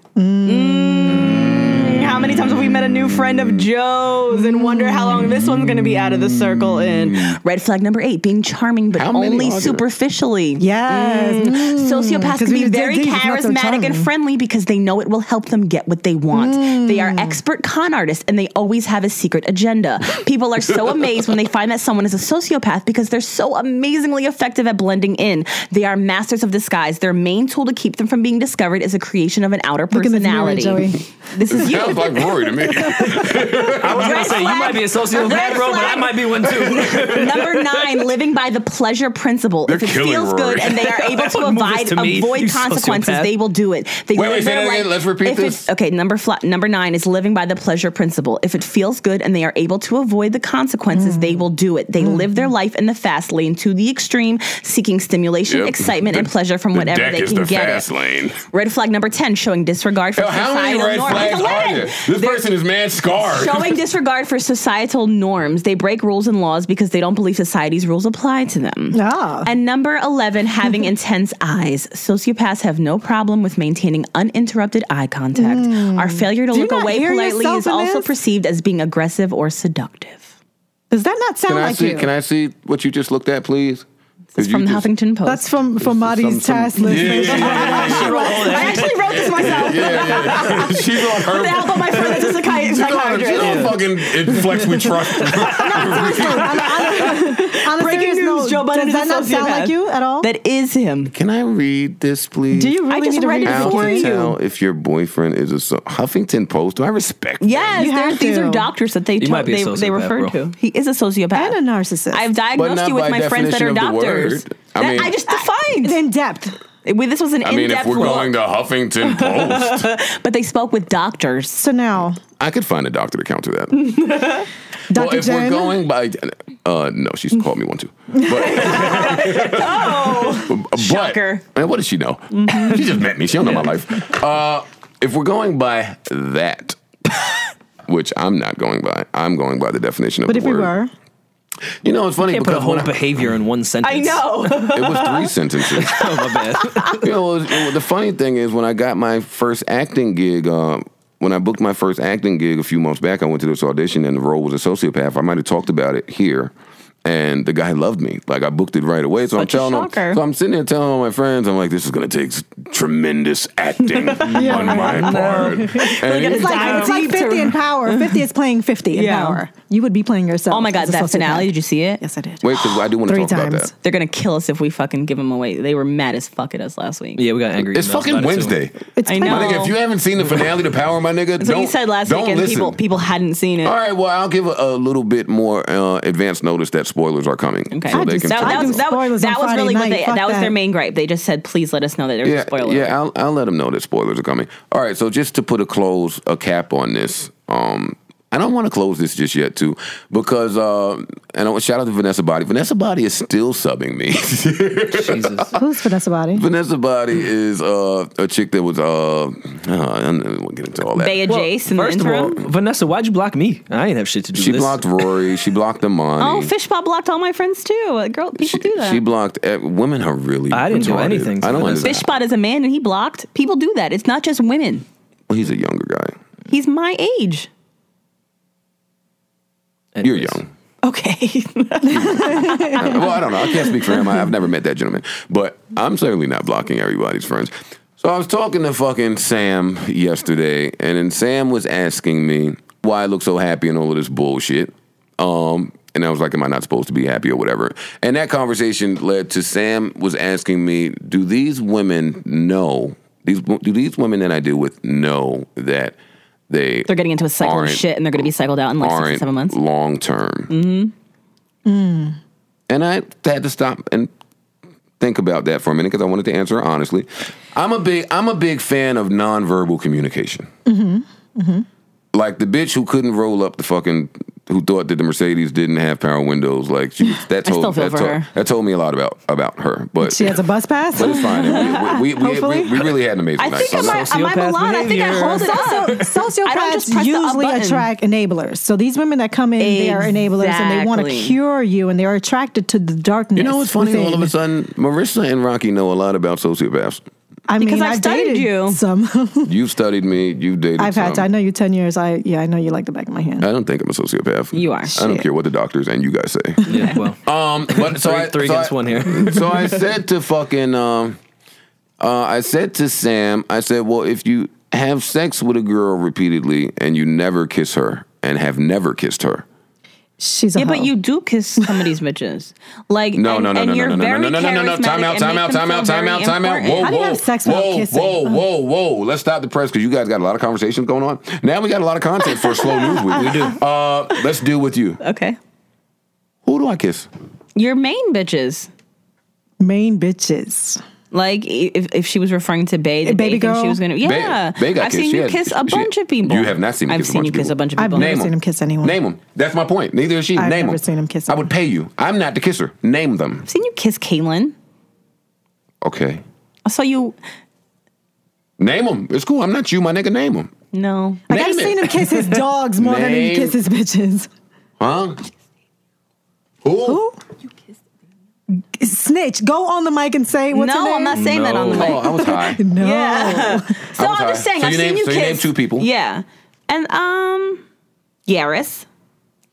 Mm. How many times have we met a new friend of Joe's and wonder how long this one's going to be out of the circle? In red flag number eight, being charming but
How many
only
are there?
superficially. Mm,
Yes.
Sociopaths
'Cause
can
when
be
you dig
very
deep, it's not so
charismatic and
charming.
friendly because they know it will help them get what they want. They
Mm.
are expert con artists and they always have a secret agenda. People are so amazed when they find that someone is a sociopath because they're so amazingly effective at blending in. They are masters of disguise. Their main tool to keep them from being discovered is the creation of an outer
Look in the mirror,
personality.
Joey.
This is you.
Sounds like Rory to me.
I was gonna
Red
say you
flag.
might be a
Red
sociopath, bro, but I
flag.
might be one too.
Number nine, living by the pleasure principle. if it
killing
feels
Rory.
good and they are able to
Don't move this
avoid,
to me,
avoid
you
consequences,
sociopath.
they will do it. They
Wait,
live
wait, say
their
that
life-
again. Let's repeat
if it-
this.
okay, number fla- number nine is living by the pleasure principle. If it feels good and they are able to avoid the consequences, they will do it. They live their life in the fast lane to the extreme, seeking stimulation,
Yep.
excitement, and
The-
pleasure from
the
whatever
deck
they
is
can
the
get.
fast
it.
lane.
Red flag number ten, showing disregard for
Yo, how many
societal
red
norms.
flags
It's
are
11.
there? This
They're-
person is mad scarred.
Showing disregard for societal norms. They break rules and laws because they don't believe society's rules apply to them.
Ah.
And number 11, having intense eyes. Sociopaths have no problem with maintaining uninterrupted eye contact. Our failure to
Hmm. you
look
not
away
hear
politely
yourself
is
in
also
this?
perceived as being aggressive or seductive.
Does that not sound
Can I
like
see?
you?
Can I see what you just looked at, please? It's
from the Huffington Post.
That's from from
Something-
Maddie's task list.
Yeah, yeah, yeah,
I actually wrote this myself.
Yeah, yeah. She's on her.
With the help of my friend that's a
She
psychi-
don't, she
psychiatrist.
don't fucking inflex we trust.
On a
Breaking
serious
news,
note,
Joe Budden
Does
is
that
a
not sound
sociopath.
like you at all?
That is him.
Can I read this, please?
Do you really
I just
need to
read it
How
it
for
can
for
you
you?
tell if your boyfriend is a so- Huffington Post? Do I respect? that?
Yes,
You
there-
have
these
to.
are doctors that they
You
tell,
might be a
they, they
sociopath,
refer
bro.
to. He is a sociopath
And a narcissist.
I've diagnosed
not
you with
by
my friends that are
definition of the
doctors.
word. I
I,
mean-
I just defined.
in depth.
We- this was an
I mean, if
in-depth
we're
look,
going to Huffington Post,
but they spoke with doctors.
So now,
I could find a doctor to counter that.
Dr.
well, if
Jen,
we're going by, uh, no, she's called me one too. But, but
Shocker.
Man, what does she know? she just met me. She don't know my life. Uh, if we're going by that, which I'm not going by, I'm going by the definition of.
but
the
if we
word.
were,
you know, it's funny
Can't put a
because
whole
when I-
behavior in one sentence.
I know.
it was three sentences.
oh, my bad.
you know, it was- it was- the funny thing is when I got my first acting gig, um, when I booked my first acting gig a few months back, I went to this audition and the role was a sociopath. I might have talked about it here. And the guy loved me. Like I booked it right away. So
Such a
I'm telling
shocker.
him. So I'm sitting there telling all my friends, I'm like, this is gonna take s- tremendous acting on my part. And
at
he-
it's like, it's like
Deep to-
50 in power. 50 is playing 50 in
Yeah.
power. You would be playing yourself.
Oh my god,
as a
that finale!
sociopath.
Did you see it?
Yes, I did.
wait, because I do want to
Three
talk about
times.
that.
They're gonna kill us if we fucking give them away. They were mad as fuck at us last week.
Yeah, we got angry.
It's
emails about
fucking
it, too.
Wednesday.
It's
I
pretty-
know.
My nigga, if you haven't seen the finale to Power, my nigga,
That's
don't
what you said last
don't
week, and
listen.
people people hadn't seen it.
All right, well, I'll give a, a little bit more uh, advance notice that spoilers are coming.
Okay.
So
I
they
just-
can
that,
I
that
do
was, that, was-
spoilers on
that was
Friday
really what
night.
they,
Fuck
that was their
that.
main gripe. They just said, please let us know that there's
yeah,
a spoiler. alert."
yeah I'll, I'll let them know that spoilers are coming. All right, so just to put a close, a cap on this, um, I don't want to close this just yet, too, because, uh, and I want shout out to Vanessa Body. Vanessa Body is still subbing me.
Jesus.
Who's Vanessa Body?
Vanessa Body is uh, a chick that was, uh, uh, I don't know, we'll get into all that.
Bea Jace in the
First of all,
interim.
Vanessa, why'd you block me? I ain't have shit to do.
she
with this.
blocked Rory. She blocked Amani.
oh, Fishbot blocked all my friends too. Uh, Girl, people
she,
do that.
she blocked. eh, Women are really.
I didn't do
retarded.
anything to
I don't
Vanessa.
understand.
Fishbot is a man and he blocked. People do that. It's not just women.
Well, he's a younger guy.
He's my age.
You're
Anyways.
young. Uh,
Okay.
well, I don't know. I can't speak for him. I, I've never met that gentleman, but I'm certainly not blocking everybody's friends. So I was talking to fucking Sam yesterday, and then Sam was asking me why I look so happy and all of this bullshit. Um, and I was like, "Am I not supposed to be happy or whatever?" And that conversation led to Sam was asking me, "Do these women know these? Do these women that I deal with know that they
they're getting into a cycle
Aren't-
of shit and they're going to be cycled out in like six to
aren't
seven months.
long term. Mm-hmm. And I had to stop and think about that for a minute because I wanted to answer honestly. I'm a big I'm a big fan of nonverbal communication. Mm-hmm. Mm-hmm. Like the bitch who couldn't roll up the fucking who thought that the Mercedes didn't have power windows. Like she, was- that
I
told
still feel
that,
for
told
her.
that told me a lot about about her. But
She has a bus pass?
but it's fine. We, we, we, we,
Hopefully.
we really had an amazing
I
night.
think I
So
might, I might
Sociopath
belong. I think I
behavior.
hold it up. I don't just press
Sociopaths
the up
usually
button.
attract enablers. So these women that come in, they are enablers and they want to
Exactly.
cure you and they are attracted to the darkness.
you know what's funny?
within.
All of a sudden, Marissa and Rocky know a lot about sociopaths.
I mean,
Because I've
I've
studied
dated
you.
Some.
You've studied me. You've dated.
I've had to.
some.
I know you 10 years. I Yeah, I know you like the back of my hand.
I don't think I'm a sociopath.
You are.
I don't
Shit.
care what the doctors and you guys say.
Yeah, well,
Um, but so
three,
I,
three
so
against
I-
one here.
so I said to fucking, um, uh, I said to Sam, I said, well, if you have sex with a girl repeatedly and you never kiss her and have never kissed her,
She's a
Yeah, but
hoe.
you do kiss some of these bitches. Like
no,
and,
no, no,
and
no,
you're
no, no, no,
very
no, no, no, no, no, time
charismatic
out,
and
time
make
out,
them
time
feel
out, time
very
out, time out. Whoa,
important.
How do you
whoa,
have sex without
whoa,
kissing?
whoa, whoa,
Oh.
whoa. Let's stop the press because you guys got a lot of conversations going on. Now we got a lot of content for slow news week. We do. Uh, let's deal with you.
Okay,
Who do I kiss?
your main bitches.
Main bitches.
Like i- if, if she was referring to Bay, the
Baby
Bay thing
girl?
she was gonna.
Bae-
Yeah,
Bae got
I've
kissed.
seen
She
you
had-
kiss a
she-
bunch of people.
You have not seen me
I've
kiss a
seen
bunch
you
of
kiss
people.
a bunch of
I've
people.
never seen him kiss anyone.
Name them. That's my point. Neither is she.
I've
Name
never
them.
seen him kiss
I would pay you. I'm not the kisser. Name them.
I've seen you kiss Caitlyn.
Okay.
I saw you.
Name them. It's cool. I'm not you, my nigga. Name them.
No,
Like,
Name
I've
it.
seen him kiss his dogs more than he
Name-
kisses bitches.
Huh? Who?
Who? Snitch. Go on the mic and say what's her
no,
name?
I'm not saying that on the
No.
mic.
Oh, I was high.
No.
Yeah. so
I'm
I'm just
sorry.
saying,
So
I've
you
seen
named-
you
so you
kiss
named two people?
Yeah, and um, Yaris.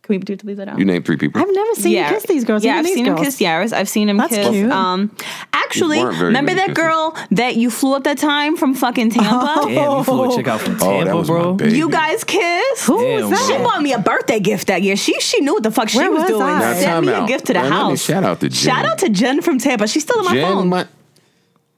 Can we do Talisa Down?
You named three people.
I've never seen you kiss these girls.
Yeah,
even
I've
these
seen him
girls.
kiss Yaris. I've seen him
That's
kiss.
cute.
Um, actually,
weren't very
remember
many
that
kisses.
girl that you flew up that time from fucking
Oh,
Tampa?
Damn, you flew a chick out from
oh,
Tampa,
that was
bro.
my baby.
You guys kissed.
Who was
Damn,
that?
She bought me a birthday gift that year. She she knew what the fuck she
Where
was,
was
doing.
I? Now,
Sent
time
me a
out.
gift to the
Wait a minute,
house.
shout out to Jen.
Shout out to Jen from Tampa. She's still in my
Jen,
phone.
my-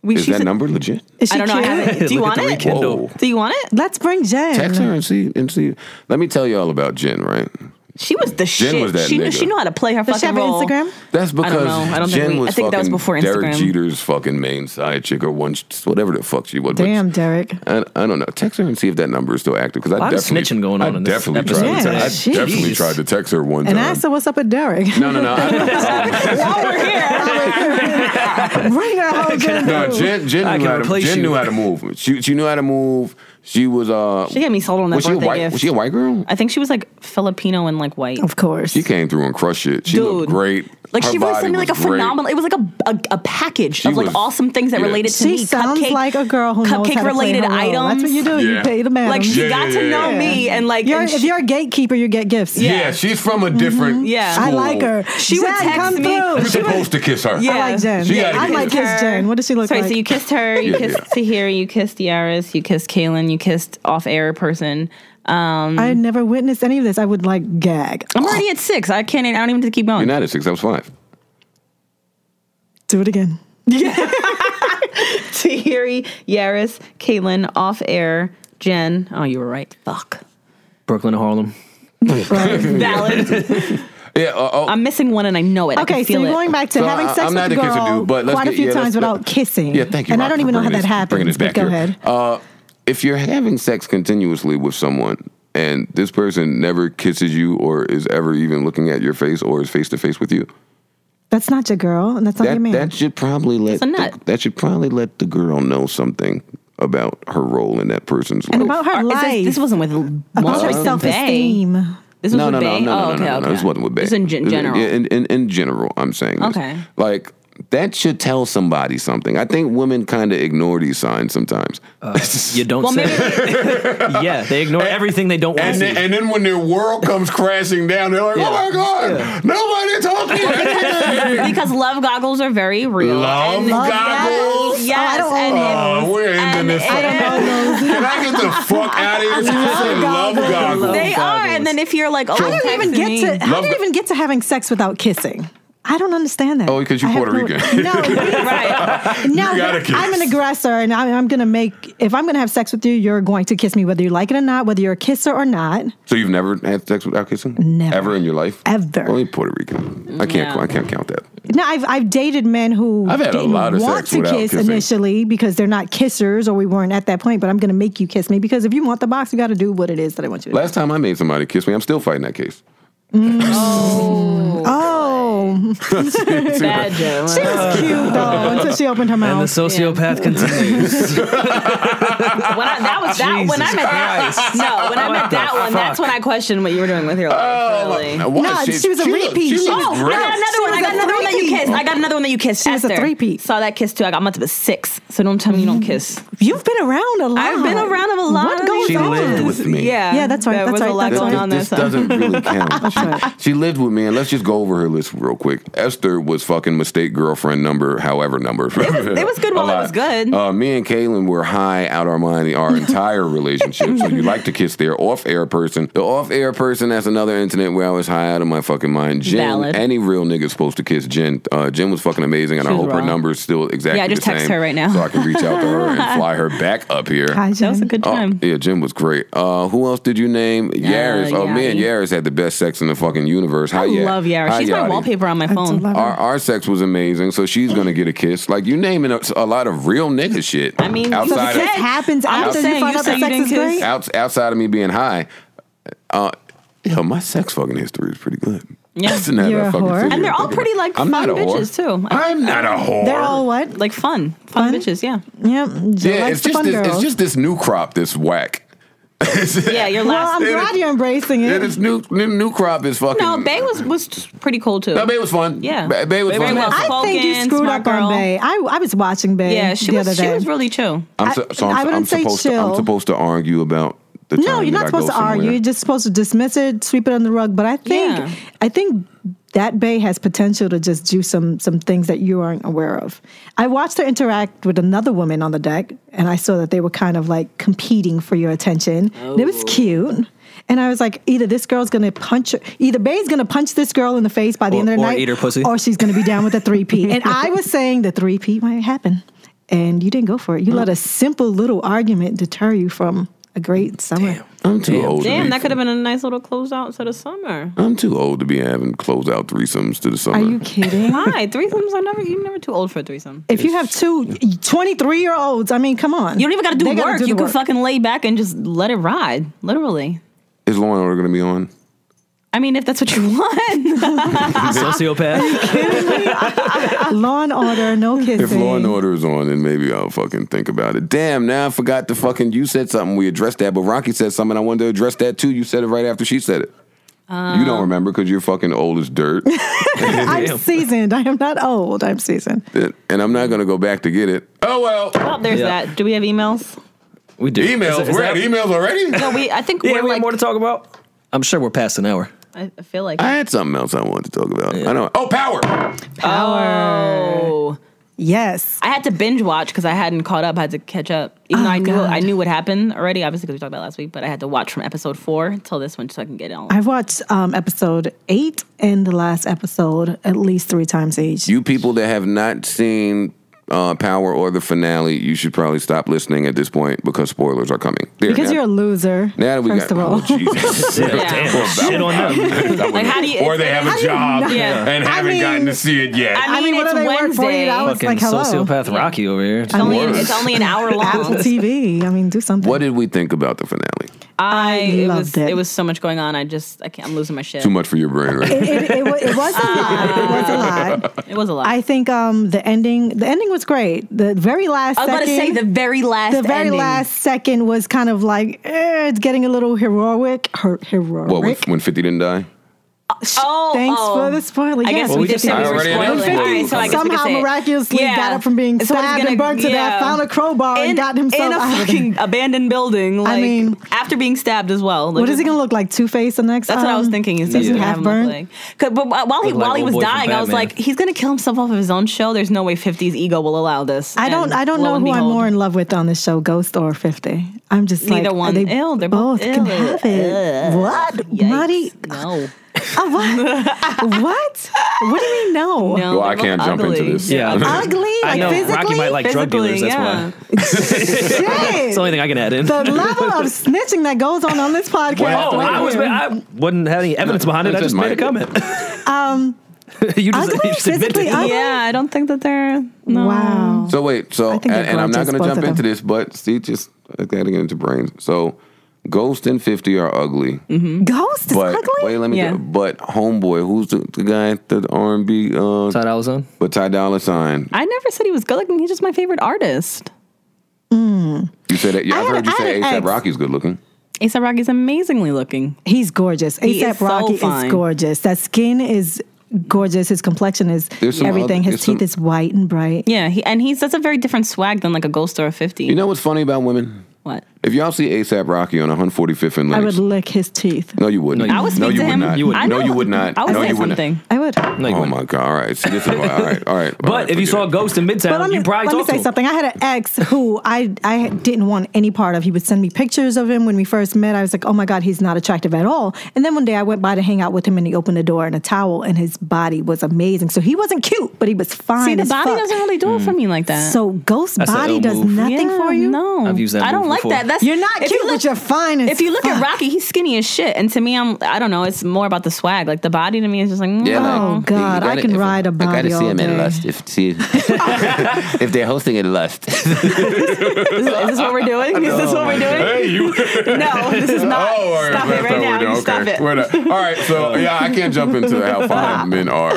we,
is
she's
that
a-
number legit?
Is she
I don't know. I
cute?
haven't. Do you
Look
want
at the
it?
rekindle.
Whoa.
Do you want it?
Let's bring Jen.
Text her and see and see. Let me tell y'all about Jen, right?
She was the shit.
was that
she knew
nigga.
she knew how to play her
Does she
fucking
have an
role.
Instagram?
That's because
don't know. I don't think
Jen
we- I
was
think that was
fucking
before
Derek
Instagram.
Jeter's fucking main side chick or one, whatever the fuck she was. but
Damn, Derek.
I, I don't know. Text her and see if that number is still active because I
A lot of
definitely
snitching going on
I
in this
definitely
episode
tried. To,
today.
I
Jeez.
definitely tried to text her one
And
time.
I said, "What's up with Derek?"
no, no, no. I,
While we're here,
Bring her whole Jen.
no, Jen, Jen,
I
knew
can
how, to,
replace
Jen
you.
knew how to move. She she knew how to move. She was uh.
she had me sold on that
was she a
birthday
white?
gift.
Was she a white girl?
I think she was like Filipino and like white.
Of course.
She came through and crushed it. She
Dude,
looked great.
Like
Her
she really
body
sent me like a
was great.
phenomenal. It was like a a, a package of like
was-
awesome things that
yeah.
related to
she
me.
sounds
cupcake,
like a girl who knows
cupcake
how to play
related
her role.
items.
That's what you do. You
Yeah.
pay the man.
Like she
Yeah,
got
yeah,
to
yeah,
know
yeah.
me and like
You're,
and
if
she-
you're a gatekeeper, you get gifts.
Yeah.
Yeah. Mm-hmm.
she's from a different.
Yeah.
I
school.
like her.
She would
Jen,
text
come
me.
Through.
You're
Oh, She would-
supposed to kiss her.
I like Jen.
She
Yeah,
gotta
I
get
like
her.
his Jen. What does she look
Sorry,
like?
so you kissed her, you
Yeah,
kissed
yeah.
Tahiri, you kissed Yaris, you kissed Kaylin, you kissed off air person. Um,
I had never witnessed any of this. I would like gag.
I'm already at six. I can't. I don't even have to keep going.
You're not at six. I was five.
Do it again.
Tahiri, Yaris, Kaylin, off air, Jen. Oh, you were right. Fuck.
Brooklyn and Harlem.
Valid.
Yeah. Uh, oh,
I'm missing one, and I know it. I
Okay,
can
so
feel
you're
it.
going back to
So
having
I-
sex
I'm
with
not
a
a kisser
girl
dude, but let's
quite
get-
a few
yeah, let's-
times without
let-
kissing.
Yeah, thank you.
And
Rob,
I don't
for
even know how
bringing this-
that
Bringing this
happens.
back
But go
here.
ahead.
Uh, if you're having sex continuously with someone and this person never kisses you or is ever even looking at your face or is face to face with you,
That's not your girl, and that's not your
that
man.
that should probably let
a nut.
the, that should probably let the girl know something about her role in that person's
and
life.
about her
Or is
life.
This, this wasn't with
about
Lawrence
her
and Bay.
self-esteem.
This was
no, no,
with
no, no,
Bay.
no,
oh,
no,
okay,
no,
okay.
no. This wasn't with Bay.
Just in gen-
This-
general.
yeah, In, in, in general, I'm saying. This.
Okay.
Like that should tell somebody something. I think women kind of ignore these signs sometimes.
Uh, You don't
well,
say.
maybe
yeah, they ignore everything they don't want
And then,
to.
and then when their world comes crashing down, they're like,
Yeah.
"Oh my god, nobody told me anything."
because love goggles are very real.
Love
And-
Love
goggles.
goggles?
Yes,
Oh, I don't
and
Oh, we're ending
and
this.
if-
Can I get the fuck out of here? She said love
goggles.
goggles.
they are, and then if you're like, oh,
How did I even get to? How
Love
did I
go-
even get to having sex without kissing? I don't understand that.
Oh, because you're
I have
Puerto
no-
Rican.
No,
right?
no,
You gotta
but
kiss.
I'm an aggressor, and I, I'm going to make. If I'm going to have sex with you, you're going to kiss me, whether you like it or not, whether you're a kisser or not.
So you've never had sex without kissing?
Never.
Ever in your life?
Ever.
Only Puerto Rican. I can't.
Yeah.
I can't count that.
No, I've I've dated men who
I've had a
didn't
lot of
want
sex
to
without
kiss
kissing.
initially because they're not kissers, or we weren't at that point. But I'm going to make you kiss me because if you want the box, you got to do what it is that I want you to. do.
Last time I made somebody kiss me, I'm still fighting that case.
Oh,
Bad joke.
she was cute though until she opened her
And the
mouth.
Oh,
sociopath continues.
when I, that was that when I
Jesus
met that
Christ.
no when I
What
met
the
that one that's
fuck?
when I questioned what you were doing with your life really.
I was.
No, she was a repeat.
Oh, She, was
She-
Oh, I
great.
got another
She
one. I
was
got
a
another one that you
three-peat.
kissed. I got another one that you kissed.
She was a
Esther.
three-peat.
Saw that kiss too. I got I'm up to the six. So don't tell me you don't kiss.
You've been around a lot.
I've been around a lot.
What
of
goes
these
on?
lived
things.
with me.
Yeah,
Yeah, that's right,
There
that's
was a
right,
lot
that's
going
right.
on there.
this
so-
doesn't really count. she, she lived with me, and let's just go over her list real quick. Esther was fucking mistake girlfriend number, however number. It was,
it was good while it was good.
Uh, me and Kaylin were high out our mind our entire relationship. so you like to kiss their off-air person. The off-air person, that's another incident where I was high out of my fucking mind. Jen,
Valid.
any real nigga's supposed to kiss Jen. Uh, Jen was fucking amazing, and I
She was
hope her
raw.
number is still exactly
Yeah, I just
the same.
text her right now.
So I can reach out to her and fly her back up here.
Hi,
That was a
Jen.
good
Oh,
time.
yeah, Jim was great. Uh, who else did you name?
Uh,
Yaris. oh, me and
Yachty.
Yaris had the best sex in the fucking universe. Hi,
I
Ya-
love
Hi,
Yara. She's my
Yachty.
wallpaper on my
do
phone.
love-
Our, our sex was amazing, so she's gonna get a kiss. Like you naming a, a lot of real nigga shit.
I mean,
So the
outside
kiss
said-
of,
happens
I'm
after you
saying,
find
you
out that
said you
sex
didn't
is
kiss.
great.
out, outside of me being high, uh, yo, my sex fucking history is pretty good.
Yeah.
That's another
You're a
fucking
whore.
thing
And they're
to
all
think
pretty,
about.
like,
I'm not
fun
a whore.
bitches, too.
I'm not a whore.
They're all what?
Like fun. Fun bitches, yeah.
Yeah, Jen
yeah,
likes
it's
the
just
fun
this, it's
girls.
just this new crop, this whack.
Yeah, your
well,
last
I'm glad you're embracing
Yeah,
it.
this new new, new crop is fucking.
No, Bay was was pretty cool too.
No, Bay was fun.
Yeah.
Bay, Bay was
Bay
fun.
was
I think you
Spoken,
screwed
smart
up
girl.
on Bay. I, I was watching Bay.
yeah, she
the
was
other
she
day.
was really chill.
I'm, so,
I-
so I'm,
I
am
wouldn't say
supposed To, I'm
chill.
supposed to argue about the
No,
time
you're
that
not
I
supposed
go
to argue.
somewhere.
You're just supposed to dismiss it, sweep it under the rug. But I think,
Yeah.
I think that Bay has potential to just do some some things that you aren't aware of. I watched her interact with another woman on the deck, and I saw that they were kind of like competing for your attention. And It was
Oh.
cute. And I was like, either this girl's gonna punch, her, either Bay's gonna punch this girl in the face by the
Or-
end of the
or
night,
eat her pussy.
or she's gonna be down with a three P. and I was saying the three P might happen, and you didn't go for it. You let a simple little argument deter you from a great summer.
I'm too old. to
Damn,
be,
that could have been a nice little closeout to the summer.
I'm too old to be having closeout threesomes to the summer.
Are you kidding?
Why threesomes are never you're never too old for a threesome.
if you have two 23 year olds, I mean, come on.
You don't even gotta do
They gotta
work.
do the
you can fucking lay back and just let it ride. Literally.
Is Law and Order going to be on?
I mean, if that's what you want.
Sociopath.
Law and order, no kissing.
If Law and Order is on, then maybe I'll fucking think about it. Damn, now I forgot to fucking. You said something. We addressed that, but Rocky said something. I wanted to address that too. You said it right after she said it. you
Uh.
don't remember because you're fucking old as dirt.
I'm
Damn.
seasoned. I am not old. I'm seasoned.
and I'm not going to go back to get it. Oh, well.
well, there's
Yeah.
that. Do we have emails?
We do.
Emails.
Is- is
We're
that-
at emails already?
No, we. I think
Yeah, we
we're
have
like.
more to talk about. I'm sure we're past an hour.
I I feel like.
I had something else I wanted to talk about. I know. Oh, power.
Oh,
Yes.
I had to binge watch because I hadn't caught up. I had to catch up, even though
Oh,
I knew
God.
I knew what happened already. Obviously, because we talked about it last week, but I had to watch from episode four till this one so I can get it on.
I've watched um, episode eight and the last episode at least three times each.
You people that have not seen uh, Power or the finale, you should probably stop listening at this point because spoilers are coming. There,
because
now-
you're a loser.
now that we
first
got,
of all.
Oh, Jesus.
Damn.
Shit on them.
Like, how do you?
or they have a job
Yeah.
and haven't
mean-
gotten to see it yet.
I
I mean,
mean,
what do
it's
they work 48
Wednesday.
hours?
It's
Fucking
like, hello.
sociopath Rocky over here.
only,
Worse.
it's only an hour
Apple
long.
TV. I mean, do something.
what did we think about the finale?
I it was
loved it.
it was so much going on. I just I can't. I'm losing my shit.
Too much for your brain, right?
it, it, it, wa- it was a lot. It was a lot.
It was a lot.
I think um, the ending the ending was great. The very last
I was about to say
second-
the very last.
the very
ending.
last second was kind of like eh, it's getting a little heroic. Her, heroic.
What, when, when 50 didn't die?
Oh,
Thanks
oh.
for the spoiler.
I
Yes,
guess
Well,
we
we
did
just
say
said
we were
already
spoilers.
announced.
All right, so I guess we
somehow
could say it.
miraculously
Yeah.
got up from being
So it's
stabbed
gonna-
and burnt to
yeah.
death, found a crowbar and got himself
in a
out of there.
fucking abandoned building. Like,
mean-
after being stabbed as well. Like,
What is he gonna look like? Two Face the next?
That's what I was
um,
thinking. Is
season
yeah.
half
half
burnt.
burn. But while he
Look like
while he
old
was
boy from
dying, I was
Batman.
like, he's gonna kill himself off of his own show. There's no way 50's ego will allow this.
I don't.
And
I don't
lo
know
and
who I'm
behold-
more in love with on this show, Ghost or Fifty. I'm just
Neither
like, are
one.
They
Ill. They're both ill.
can have it.
Ugh.
What?
Yikes.
Bloody.
No.
Oh, what? what? What do you mean? No.
No.
Well, I
they're both
can't jump
ugly.
into this.
Yeah.
Ugly. Like
I know
physically.
Rocky might like drug
Physically,
dealers. That's
yeah.
why. It's the only thing I can add in.
the level of snitching that goes on on this podcast.
Well,
Oh,
right
I was.
here.
I wouldn't have any evidence behind it. I
That's
just
just
made a
my-
comment.
Um,
you just,
ugly,
you just admitted
physically
it.
ugly.
Yeah, I don't think that they're. No.
Wow.
So wait, so
I
and,
think they're
and I'm not
gorgeous,
going to
both of
jump
them.
into this, but see, just I gotta get into brains. So Ghost and Fifty are ugly,
Ghost is
but
ugly.
wait, let me.
Yeah.
Go, but Homeboy, who's the, the guy, the R and B, uh,
Thought I was on.
with Ty Dolla Sign.
I never said he was good looking. He's just my favorite artist.
You said that. Yeah,
I
I've
had-
heard
I
you say
had an
ASAP
ex-
Rocky's good looking.
ASAP Rocky's amazingly looking.
He's gorgeous.
He is
ASAP
so
Rocky
fine.
is gorgeous. That skin is gorgeous. His complexion is
There's some
everything.
other-
His
there's
teeth is white and bright.
Yeah, he and he's that's a very different swag than like a ghost or a fifty.
You know what's funny about women?
what?
If y'all see ASAP Rocky on 145th and
I would
Lynx,
lick his teeth.
no, you wouldn't.
No, you
I
wouldn't.
would speak
no, you
to
would
him.
Not.
You wouldn't.
I
No,
know-
you would not.
I would
no,
say
you wouldn't.
something.
I would. But
No, you
Oh
wouldn't.
my god! All right, see, this is all right, all right, all right.
But if you saw a ghost in Midtown,
let me,
you probably
let me
talked
say
to him.
something. I had an ex who I, I didn't want any part of. He would send me pictures of him when we first met. I was like, oh my God, he's not attractive at all. And then one day I went by to hang out with him and he opened the door in a towel and his body was amazing. So he wasn't cute, but he was fine.
See, the
as
body
fuck.
doesn't really do it for me like that.
So ghost
That's a
body
ill
does
move.
nothing
Yeah,
for you.
No,
I've used that
I
move
don't like
before.
that. That's
You're not
if
cute, but you're fine as
If you look at
fuck.
Rocky, he's skinny as shit, and to me, I'm I don't know. It's more about the swag. Like the body to me is just like mm,
Yeah,
I
like,
don't
Oh,
know.
you
God, I
gotta-
can
if-
ride a
I
body
gotta see
all
him
day.
in lust. If see, if they're hosting it lust,
"Mm, is this what we're doing? Is this what we're doing?
hey, you.
No, this is not.
Oh, all right.
Stop it
That's how
right
we're
now.
doing.
You Stop
Okay.
it.
We're not- All right. So, yeah, I can't jump into how
Ah.
fine men are.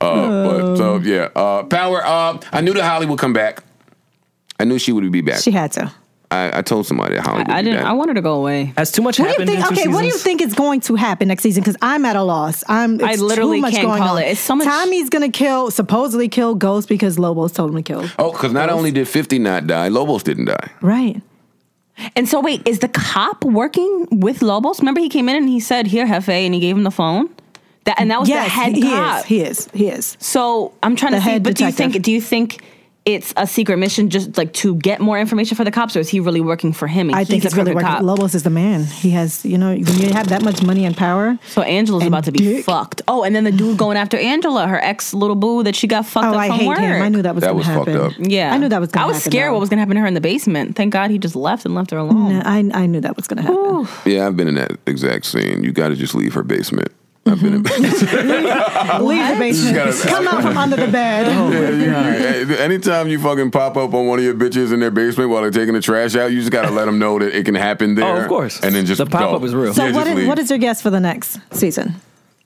Uh, but so, yeah. Uh, power. Uh, I knew that Holly would come back. I knew she would be back.
She had to.
I, I told somebody that Holly would
I
be
didn't.
back.
I wanted to go away.
Has too much
What do you
happened
think?
in two
Okay, what do you
seasons?
think is going to happen next season? Because I'm at a loss. I'm. It's
I literally
too much
can't
going
call
on.
it. It's so much-
Tommy's gonna kill, supposedly kill Ghost because Lobos told him to kill.
oh, because not only did 50 not die, Lobos didn't die.
Right.
And so, wait, is the cop working with Lobos? Remember, he came in and he said, "Here, Hefe," and he gave him the phone. That and that was the head
he
cop.
is. He is. He is.
so I'm trying
The
to see.
head
But do you
detective.
think? Do you think? It's a secret mission, just like to get more information for the cops, or is he really working for him? and
I think
he's
it's
a
really
crooked
working.
cop?
Lobos is the man. He has, you know, when you have that much money and power.
So Angela's
And
about to be
dick.
fucked. Oh, and then the dude going after Angela, her ex little boo that she got fucked
Oh,
up
I
from
hate
work.
him. I knew that was
That
going to
was fucked
happen.
up.
Yeah,
I knew that was going
I
to happen.
was scared
though.
what was going to happen to her in the basement. Thank God he just left and left her alone.
No, I, I knew that was going to happen.
Yeah, I've been in that exact scene. You got to just leave her basement. I've been in
Leave the basement.
Just gotta- uh,
Come out from under the bed.
Oh
Yeah, you- you- anytime you fucking pop up on one of your bitches in their basement while they're taking the trash out, you just gotta let them know that it can happen there.
Oh, of course.
And then just
The pop-up
go.
is real.
So
Yeah,
what
just
is,
leave.
what is your guess for the next season?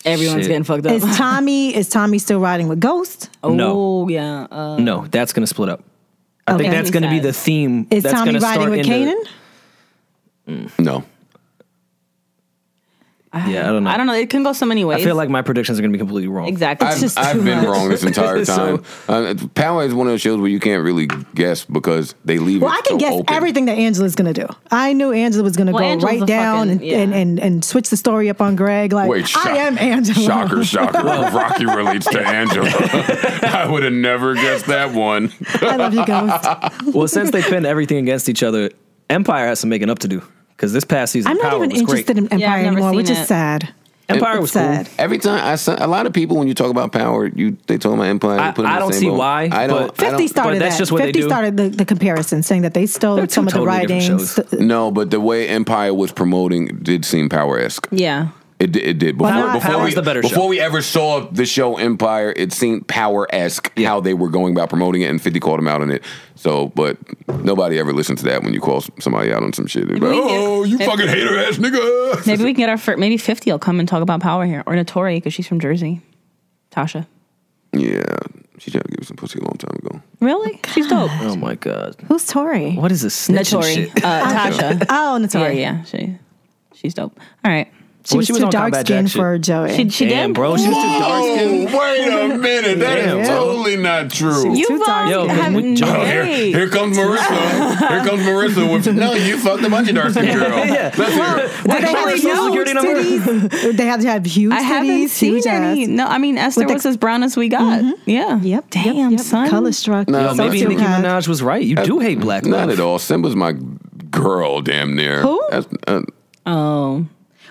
Everyone's
Shit.
getting fucked up.
Is Tommy is Tommy still riding with Ghost?
oh
No.
yeah, uh,
No, that's going to split up. I think
Okay.
that's going to be the theme.
Is
that's
Tommy
gonna
riding
start
with
into-
Kanan?
no?
Yeah, I don't know.
I don't know. It can go so many ways.
I feel like my predictions are going to be completely wrong.
exactly.
It's
I've,
just
I've
too
been
much.
wrong this entire
So-
time. uh, Power is one of those shows where you can't really guess because they leave.
Well,
it
I
so
can guess
open.
everything that Angela's going to do. I knew Angela was going to
Well,
go
Angela's
right
a
down
fucking-
and, and,
yeah.
and and switch the story up on Greg. Like
Wait, shock-
I am Angela.
Shocker, shocker. Rocky relates to Angela. I would have never guessed that one.
I love you, Ghost.
well, since they pinned everything against each other, Empire has some making up to do because this past season,
I'm not
Power
even
was
interested
great.
in Empire
Yeah, I've never
anymore,
seen
which is
it.
sad.
Empire
It's
was cool.
sad.
Every time I, saw- a lot of people when you talk about power, you they talk about empire.
I-
they put them in
I
the
don't
same
see
boat.
why,
I don't.
but-
I don't-
50 started
that's
that.
just what they
50
do.
started the, the comparison saying that they
They're
stole
two
some of the
totally different
writings.
shows.
No, but the way Empire was promoting did seem power esque.
yeah.
It, di- it did. Before,
Power-
before
Power's
we,
the better show.
before we ever saw the show Empire, it seemed power esque how they were going about promoting it, and 50 called them out on it. So, but nobody ever listened to that when you call s- somebody out on some shit. They'd be
Maybe
like,
we can-
oh, you
maybe-
fucking hater ass nigga.
Maybe we can get our fir- maybe fifty will come and talk about power here or Notori because she's from Jersey. Tasha,
Yeah. She tried to give us some pussy a long time ago.
really? She's dope.
Oh my god,
Who's Tori?
what is this snitching
Notori,
shit?
uh, Tasha.
Oh,
yeah,
Natasha.
yeah, she, she's dope. All right,
She
Well,
was
she was
too
on
dark
Combat Jack
skinned
shit.
for Joey.
she she
Damn,
did,
bro, she was too dark skinned.
Oh, wait a minute. That is
Damn.
totally not true.
You
Too dark
Yo,
have
can we jump
Oh, here,
Wait.
here comes Marissa. Here comes Marissa with no. You fucked a bunch of dark skin girl.
Yeah.
Let's hear it.
Did they
Wait,
have
wait, no,
huge
security number?
titties? they have to have huge
I haven't
titties,
seen
huge
any.
ass.
No, I mean Esther
With the- Mm-hmm.
was as brown as we got. Yeah.
Yep. yep,
Damn,
yep.
son.
Color struck.
No,
Yo, Oh, maybe
Sociopath.
Nicki Minaj was right. You do hate black
Not
love.
at all. Simba's my girl, damn near.
Who?
That's, uh,
Oh.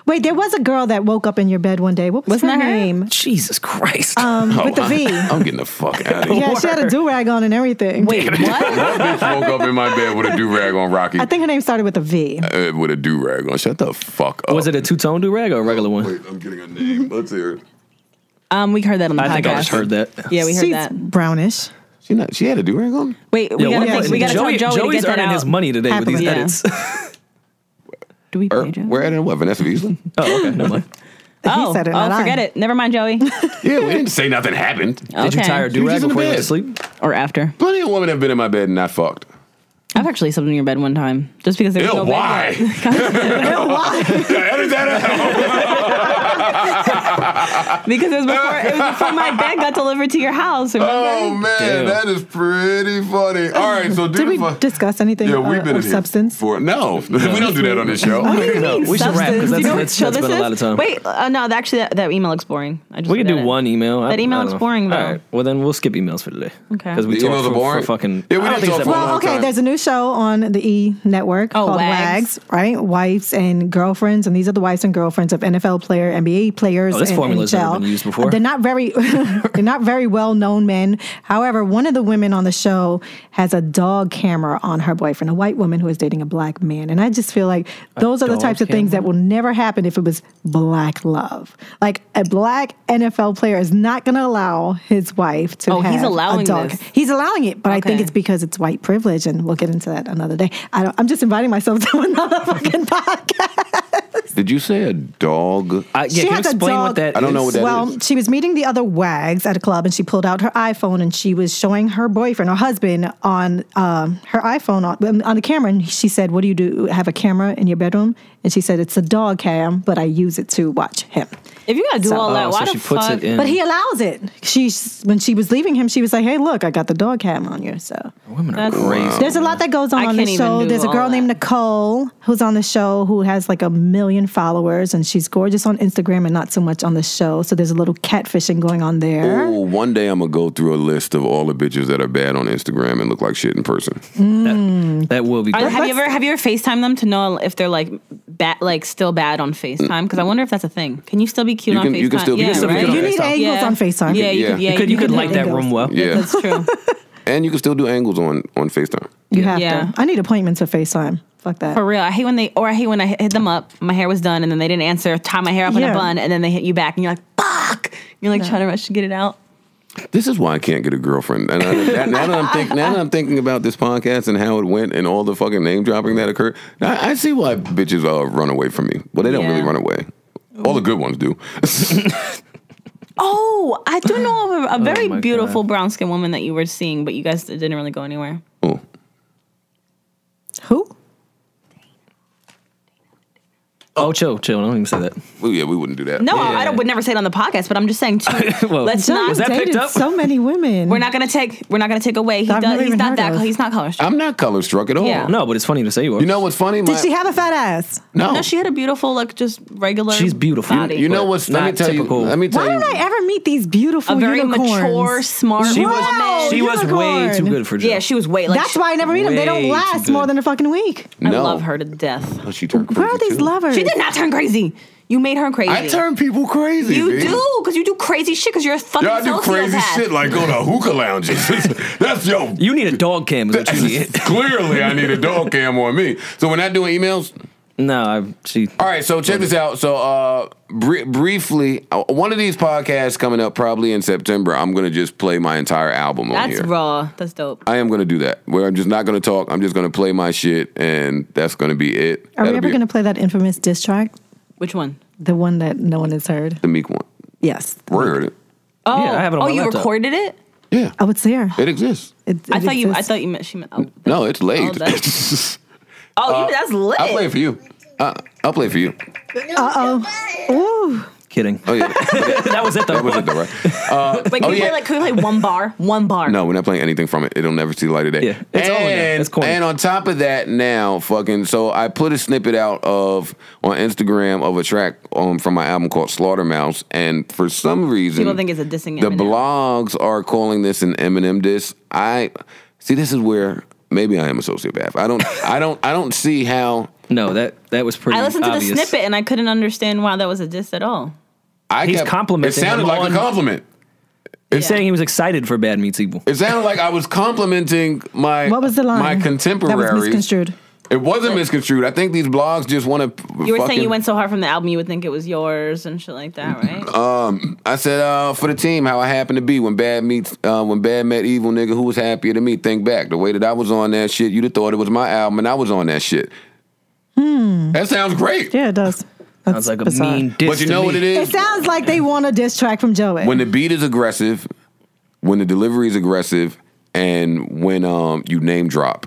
Wait, there was a girl that woke up in your bed one day. What was
Wasn't
her
that her?
name?
Jesus Christ.
Um,
Oh,
with the V.
I'm getting the fuck out of here.
yeah, she had a do rag on and everything.
Wait, what?
Bitch woke up in my bed with a do rag on Rocky.
I think her name started with a V.
uh, with a do rag on. Shut the fuck up.
was it a two tone do rag or a regular one?
Wait, I'm getting a name. Let's hear it.
um, we heard that on the
I
podcast.
think I just heard that.
Yeah, we heard
She's
that.
brownish.
She not. She had a do rag on.
Wait, we
Yeah,
gotta,
one
think,
thing-
we gotta
Joey,
tell Joey
Joey's
to get that
earning
out.
his money today with these
Happily.
Yeah.
edits.
Do we
Er,
pay Joey?
we're at what? Vanessa Beasley.
oh, okay, never mind.
oh,
said it,
oh,
not I.
forget it. Never mind, Joey.
yeah, we didn't say nothing happened.
Did you
Okay.
tire
She
do
was
rag
just in
before you
the
went to
bed.
sleep?
or after.
Plenty of women have been in my bed and not fucked.
I've actually slept in your bed one time just because they were
Ew,
so big.
why? Yeah, edit that out.
Because it was before it was before my bed got delivered to your house. Remember?
Oh man,
Damn.
that is pretty funny. All right, so do
Did
the
we
fu-
discuss anything
Yeah,
uh,
we've been in
of
here
substance?
for no. we don't do that on this show.
No, we should wrap because
Substance.
that's, that's,
You know what
that's
show
been
this
a lot of
is?
time.
Wait, uh, no, actually, that, that email looks boring. I just
We can
looked
do
at it.
one email. I-
That email
I don't
is
know.
boring, though.
All right. Well, then we'll skip emails for today.
Okay.
Because we
The
talked
emails are
for,
boring?
for fucking.
Yeah, we
I don't think
didn't talk
it's
for
that
a
Well,
long
boring.
okay,
time.
there's a new show on the E network
Oh,
called
Wags.
Wags. right? Wives and girlfriends, and these are the wives and girlfriends of NFL player, NBA players,
Oh, this
and
formula's never
NHL.
been used before.
They're not very, they're not very well known men. However, one of the women on the show has a dog camera on her boyfriend, a white woman who is dating a black man, and I just feel like those are the
dog
types of things that will never happen if it was black love. Like a black NFL player is not going to allow his wife to.
Oh, he's
have
allowing
a dog.
this.
He's allowing it, but I think
Okay.
it's because it's white privilege, and we'll get into that another day. I don't, I'm just inviting myself to another fucking podcast.
Did you say a dog?
I, yeah, can you explain what that
I don't know
is?
what that
well,
is.
she was meeting the other wags at a club, and she pulled out her iPhone and she was showing her boyfriend or husband on um, her iPhone on, on the camera. And she said, "What do you do? Have a camera in your bedroom?" And she said, "It's a dog cam, but I use it to watch him."
If you gotta do
So-
all that,
Oh,
why
so
the
she puts
fuck?
it in.
But he allows it. She's when she was leaving him, she was like, "Hey, look, I got the dog cam on you." So
Women are
That's-
crazy.
There's a lot that goes on
I
on the
can't even
show.
do
There's a
all
girl named
that.
Nicole who's on the show who has like a million followers, and she's gorgeous on Instagram and not so much on the show. So there's a little catfishing going on there.
Ooh, Oh, one day I'm gonna go through a list of all the bitches that are bad on Instagram and look like shit in person.
That will be
Are-
great.
have you ever have you ever Facetime them to know if they're like bad, like still bad on Facetime? Because I wonder if that's a thing. Can you still be cute
You
on
can-
Facetime?
you can still be
yeah,
cute on
right?
FaceTime.
You need
FaceTime.
angles
yeah.
on Facetime.
Yeah, you
Yeah.
could. Yeah,
You
could, you could
do
light that
angles.
room well.
Yeah,
That's true.
and you can still do angles on on Facetime.
You have
Yeah.
to. I need appointments for FaceTime. Fuck that.
For real, I hate when they or I hate when I hit them up. My hair was done, and then they didn't answer. Tie my hair up in
Yeah.
a bun, and then they hit you back, and you're like, "Fuck!" You're like trying to rush to get it out.
This is why I can't get a girlfriend. And I, that, now, that I'm think, now that I'm thinking about this podcast and how it went and all the fucking name dropping that occurred, I, I see why bitches uh, run away from me. Well, they don't really
Yeah.
run away. All the good ones do.
Oh, I do know of a, a very
my
beautiful
God.
brown skinned woman that you were seeing, but you guys didn't really go anywhere.
oh,
Who?
Oh, chill, chill. Don't even say that.
well, yeah, we wouldn't do that.
No, I, I don't, would never say it on the podcast, but I'm just saying. Too,
Well,
let's
John
not.
was that picked
dated
up?
So many women.
we're not gonna take. We're not gonna take away. He
I've
does,
never
he's
even
not
heard
that.
of.
He's not color struck.
I'm not color struck at all.
Yeah.
No, but it's funny to say you are.
You know what's funny?
Did
My-
she have a fat ass?
No.
No, she had a beautiful, like, just regular.
She's beautiful.
Body.
you know
but
what's? Let me
not
tell
typical.
you. Let me tell
Why
you.
don't I ever meet these beautiful
a very
unicorns?
mature, smart
She
woman.
Wow,
was she was way
unicorn.
too good for Joe.
yeah, she was way like.
That's why I never meet them. They
Way
don't
too
last
good.
more than a fucking week.
I
No.
love her to death.
Oh, she turned crazy.
Where are these
too.
lovers?
She did not turn crazy. You made her crazy.
I turn people crazy.
You
B.
do because you do crazy shit because you're a fucking
Y'all do
sociopath.
crazy shit like go to hookah lounges. That's yo.
You need a dog cam. Is what you need.
Clearly, I need a dog cam on me. So when I do emails,
no, I, she.
all right. So check this out. So uh, br- briefly, uh, one of these podcasts coming up probably in September. I'm gonna just play my entire album on
That's
here.
raw. That's dope.
I am gonna do that. Where I'm just not gonna talk. I'm just gonna play my shit, and that's gonna be it.
Are
That'll
we ever
be
going to play that infamous diss track?
Which one?
The one that no one has heard?
the Meek one?
Yes.
Word.
Oh,
I have it on
oh,
my
you
laptop.
recorded it?
Yeah,
Oh, it's there.
it exists.
It,
I
it
thought you. I
exists.
thought you meant she meant. Oh,
No, it's
oh,
late.
that's, oh you, that's lit.
I'll play it for you. Uh, I'll play it for you.
Ooh.
Kidding.
Oh yeah,
that was it though.
that was it though, right?
Wait, can
Oh,
we
yeah.
play like? Can we play one bar? One bar.
No, we're not playing anything from it. It'll never see the light of day.
Yeah, it's all in there.
and,
It's corny.
and on top of that, now fucking. So I put a snippet out of on Instagram of a track um, from my album called Slaughtermouse, and for some reason,
People think it's a dissing
The
Eminem.
blogs are calling this an Eminem diss. I see. This is where maybe I am a sociopath. I don't. I don't. I don't see how
No, that that was pretty.
I listened to
obvious.
the snippet and I couldn't understand why that was a diss at all.
I
He's
kept- It
complimenting
sounded
him
like
on-
a compliment.
He's saying he was excited for Bad Meets Evil.
It sounded like I was complimenting my
What was the line?
my
That
contemporaries.
was misconstrued.
It wasn't misconstrued. I think these blogs just want to.
You were saying you went so hard from the album, you would think it was yours and shit like that, right?
Oh, I said uh, for the team how I happened to be when bad meets uh, when bad met evil nigga who was happier than me. Think back the way that I was on that shit. You'd have thought it was my album and I was on that shit.
Hmm.
That sounds great.
Yeah, it does. That's
Sounds like a
bizarre.
mean diss.
But you
to
know
me.
what it
It
is
sounds like they want a diss track from Joey.
when the beat is aggressive, when the delivery is aggressive, and when um you name drop,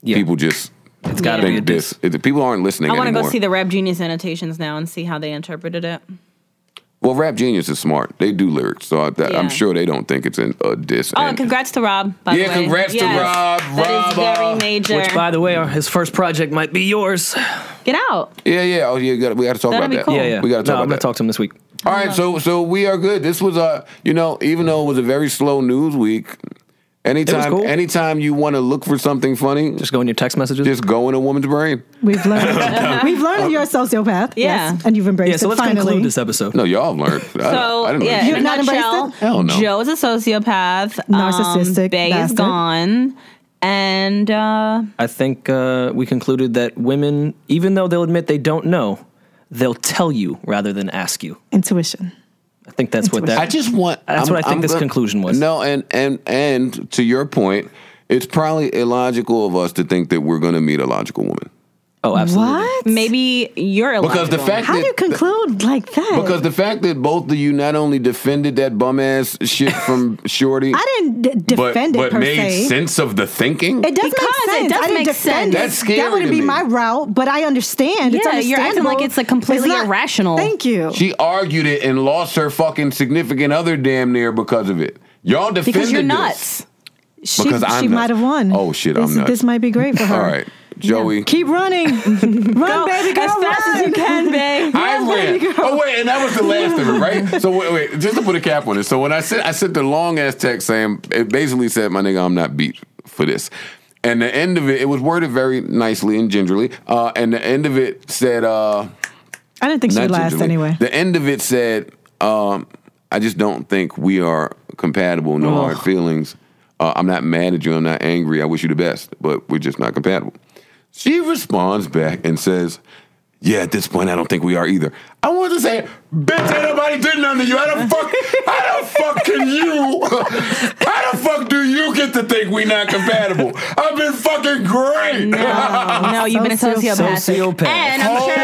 Yeah.
people just
It's gotta
Yeah.
be a
think this.
diss.
It- People aren't listening
I want to
anymore.
go see the Rap Genius annotations now and see how they interpreted it. Oh,
well, Rap Genius is smart. They do lyrics, so I, that,
Yeah.
I'm sure they don't think it's an, a diss.
Oh,
And-
congrats to Rob. By
Yeah,
the way.
congrats to Rob.
That is
Rob, uh,
very major.
Which, by the way, our- his first project might be yours.
Get out.
Yeah, yeah. Oh, yeah. We gotta- We got to talk
That'd
about
be
that.
cool.
Yeah, yeah.
Oh, We
no,
got to talk
I'm
about
gonna
that.
talk to him this week.
All right. So, so we are good. This was a, you know, even though it was a very slow news week, anytime,
cool.
anytime you want to look for something funny,
Just go in your text messages.
just go in a woman's brain.
we've learned, we've learned you're a sociopath.
Yeah.
Yes, and you've embraced
yeah, so
it
let's
finally.
conclude this episode.
No, y'all have learned. I,
So
I didn't
yeah,
know.
in a
You've not embraced
nutshell,
it?
Hell no.
Joe is a sociopath, Um,
Narcissistic
Bay is
bastard.
gone, and uh,
I think uh, we concluded that women, even though they'll admit they don't know, they'll tell you rather than ask you.
Intuition.
I think that's what that.
I just want.
That's what I think this
gonna-
conclusion was.
No, and and and to your point, it's probably illogical of us to think that we're going to meet a logical woman.
Oh, absolutely.
What?
Maybe you're a
Because the
logical-
fact
How do
that
you conclude like that?
because the fact that both of you not only defended that bum ass shit from Shorty,
I didn't d-
but,
defend it
but
per
made
se.
sense of the thinking.
It does
Because it
make sense.
does
I didn't
make
defend
sense.
it.
That's scary
That wouldn't
to
be
me.
my route, but I understand. it's
Yeah, you're acting
understandable.
like it's, like, completely
not-
irrational.
Thank you.
She argued it and lost her fucking significant other damn near because of it. Y'all defended
because you're
this.
nuts.
she
because I'm
she
nuts.
might have won.
Oh, shit, I'm
this,
nuts.
This might be great for her.
All right, Joey.
Keep running. run, baby girl,
as fast
run.
as you can, babe.
I ran. Oh wait, and that was the last of it, right? So wait, wait, just to put a cap on it. So when I sent, I sent the long ass text saying it basically said, "My nigga, I'm not beat for this." And the end of it, it was worded very nicely and gingerly. Uh, and the end of it said, uh,
I didn't think she
not
would last
gingerly.
anyway.
The end of it said, um, "I just don't think we are compatible. No hard feelings. Uh, I'm not mad at you. I'm not angry. I wish you the best, but we're just not compatible." She responds back and says, "Yeah, at this point, I don't think we are either." I want to say, "Bitch, ain't nobody did nothing to you. How the fuck? How the fuck can you? How the fuck do you get to think we not compatible? I've been fucking great."
No, Oh, no, you've been a
Socio-
sociopath.
sociopath.
And I'm
Holy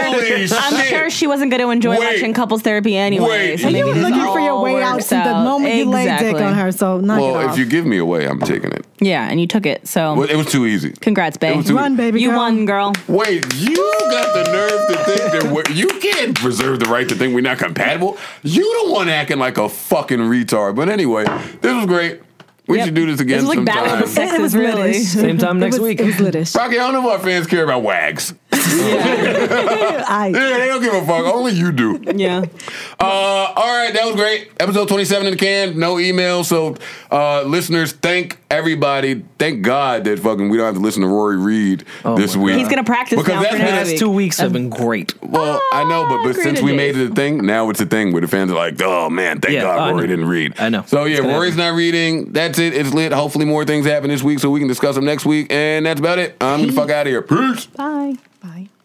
sure I'm
shit.
sure she wasn't going to enjoy
Wait.
watching couples therapy anyway.
Wait.
so
And
you
maybe
were
this
looking for your
all
way out
works
since the moment you laid dick
Exactly.
on her. So knock it
Well,
off.
if you give me away, I'm taking it.
Yeah, and you took it. So
Well, it was too easy.
congrats,
It
babe.
was too-
Run, baby
you
girl.
won, girl.
Wait, you got the nerve to think that we're, you can't preserve the right to think we're not compatible? You the one acting like a fucking retard. But anyway, this was great. We
Yep.
should do this again
This is like Battle of the
sometime.
Sexes,
It was
really.
litish.
Same time
It
next
was-
week.
It was litish.
Rocky, I don't know if our fans care about wags.
I,
Yeah, they don't give a fuck. Only you do.
Yeah.
Uh, all right, that was great. Episode 27 in the can. No email. So, uh, listeners, thank everybody. Thank God that fucking we don't have to listen to Rory Reed this
my
week.
He's gonna practice
because
now
that's
for
been
next
a
Last
week.
two weeks have been great.
Well, I know, but, but
agree
since
to
we
Dave.
made it a thing, now it's a thing where the fans are like, oh man, thank
Yeah, I
God
know.
Rory didn't read.
I know.
So
It's
yeah,
gonna
Rory's not reading. That's it. It's lit. Hopefully more things happen this week so we can discuss them next week. And that's about it. I'm the fuck out of here. Peace.
bye. Bye.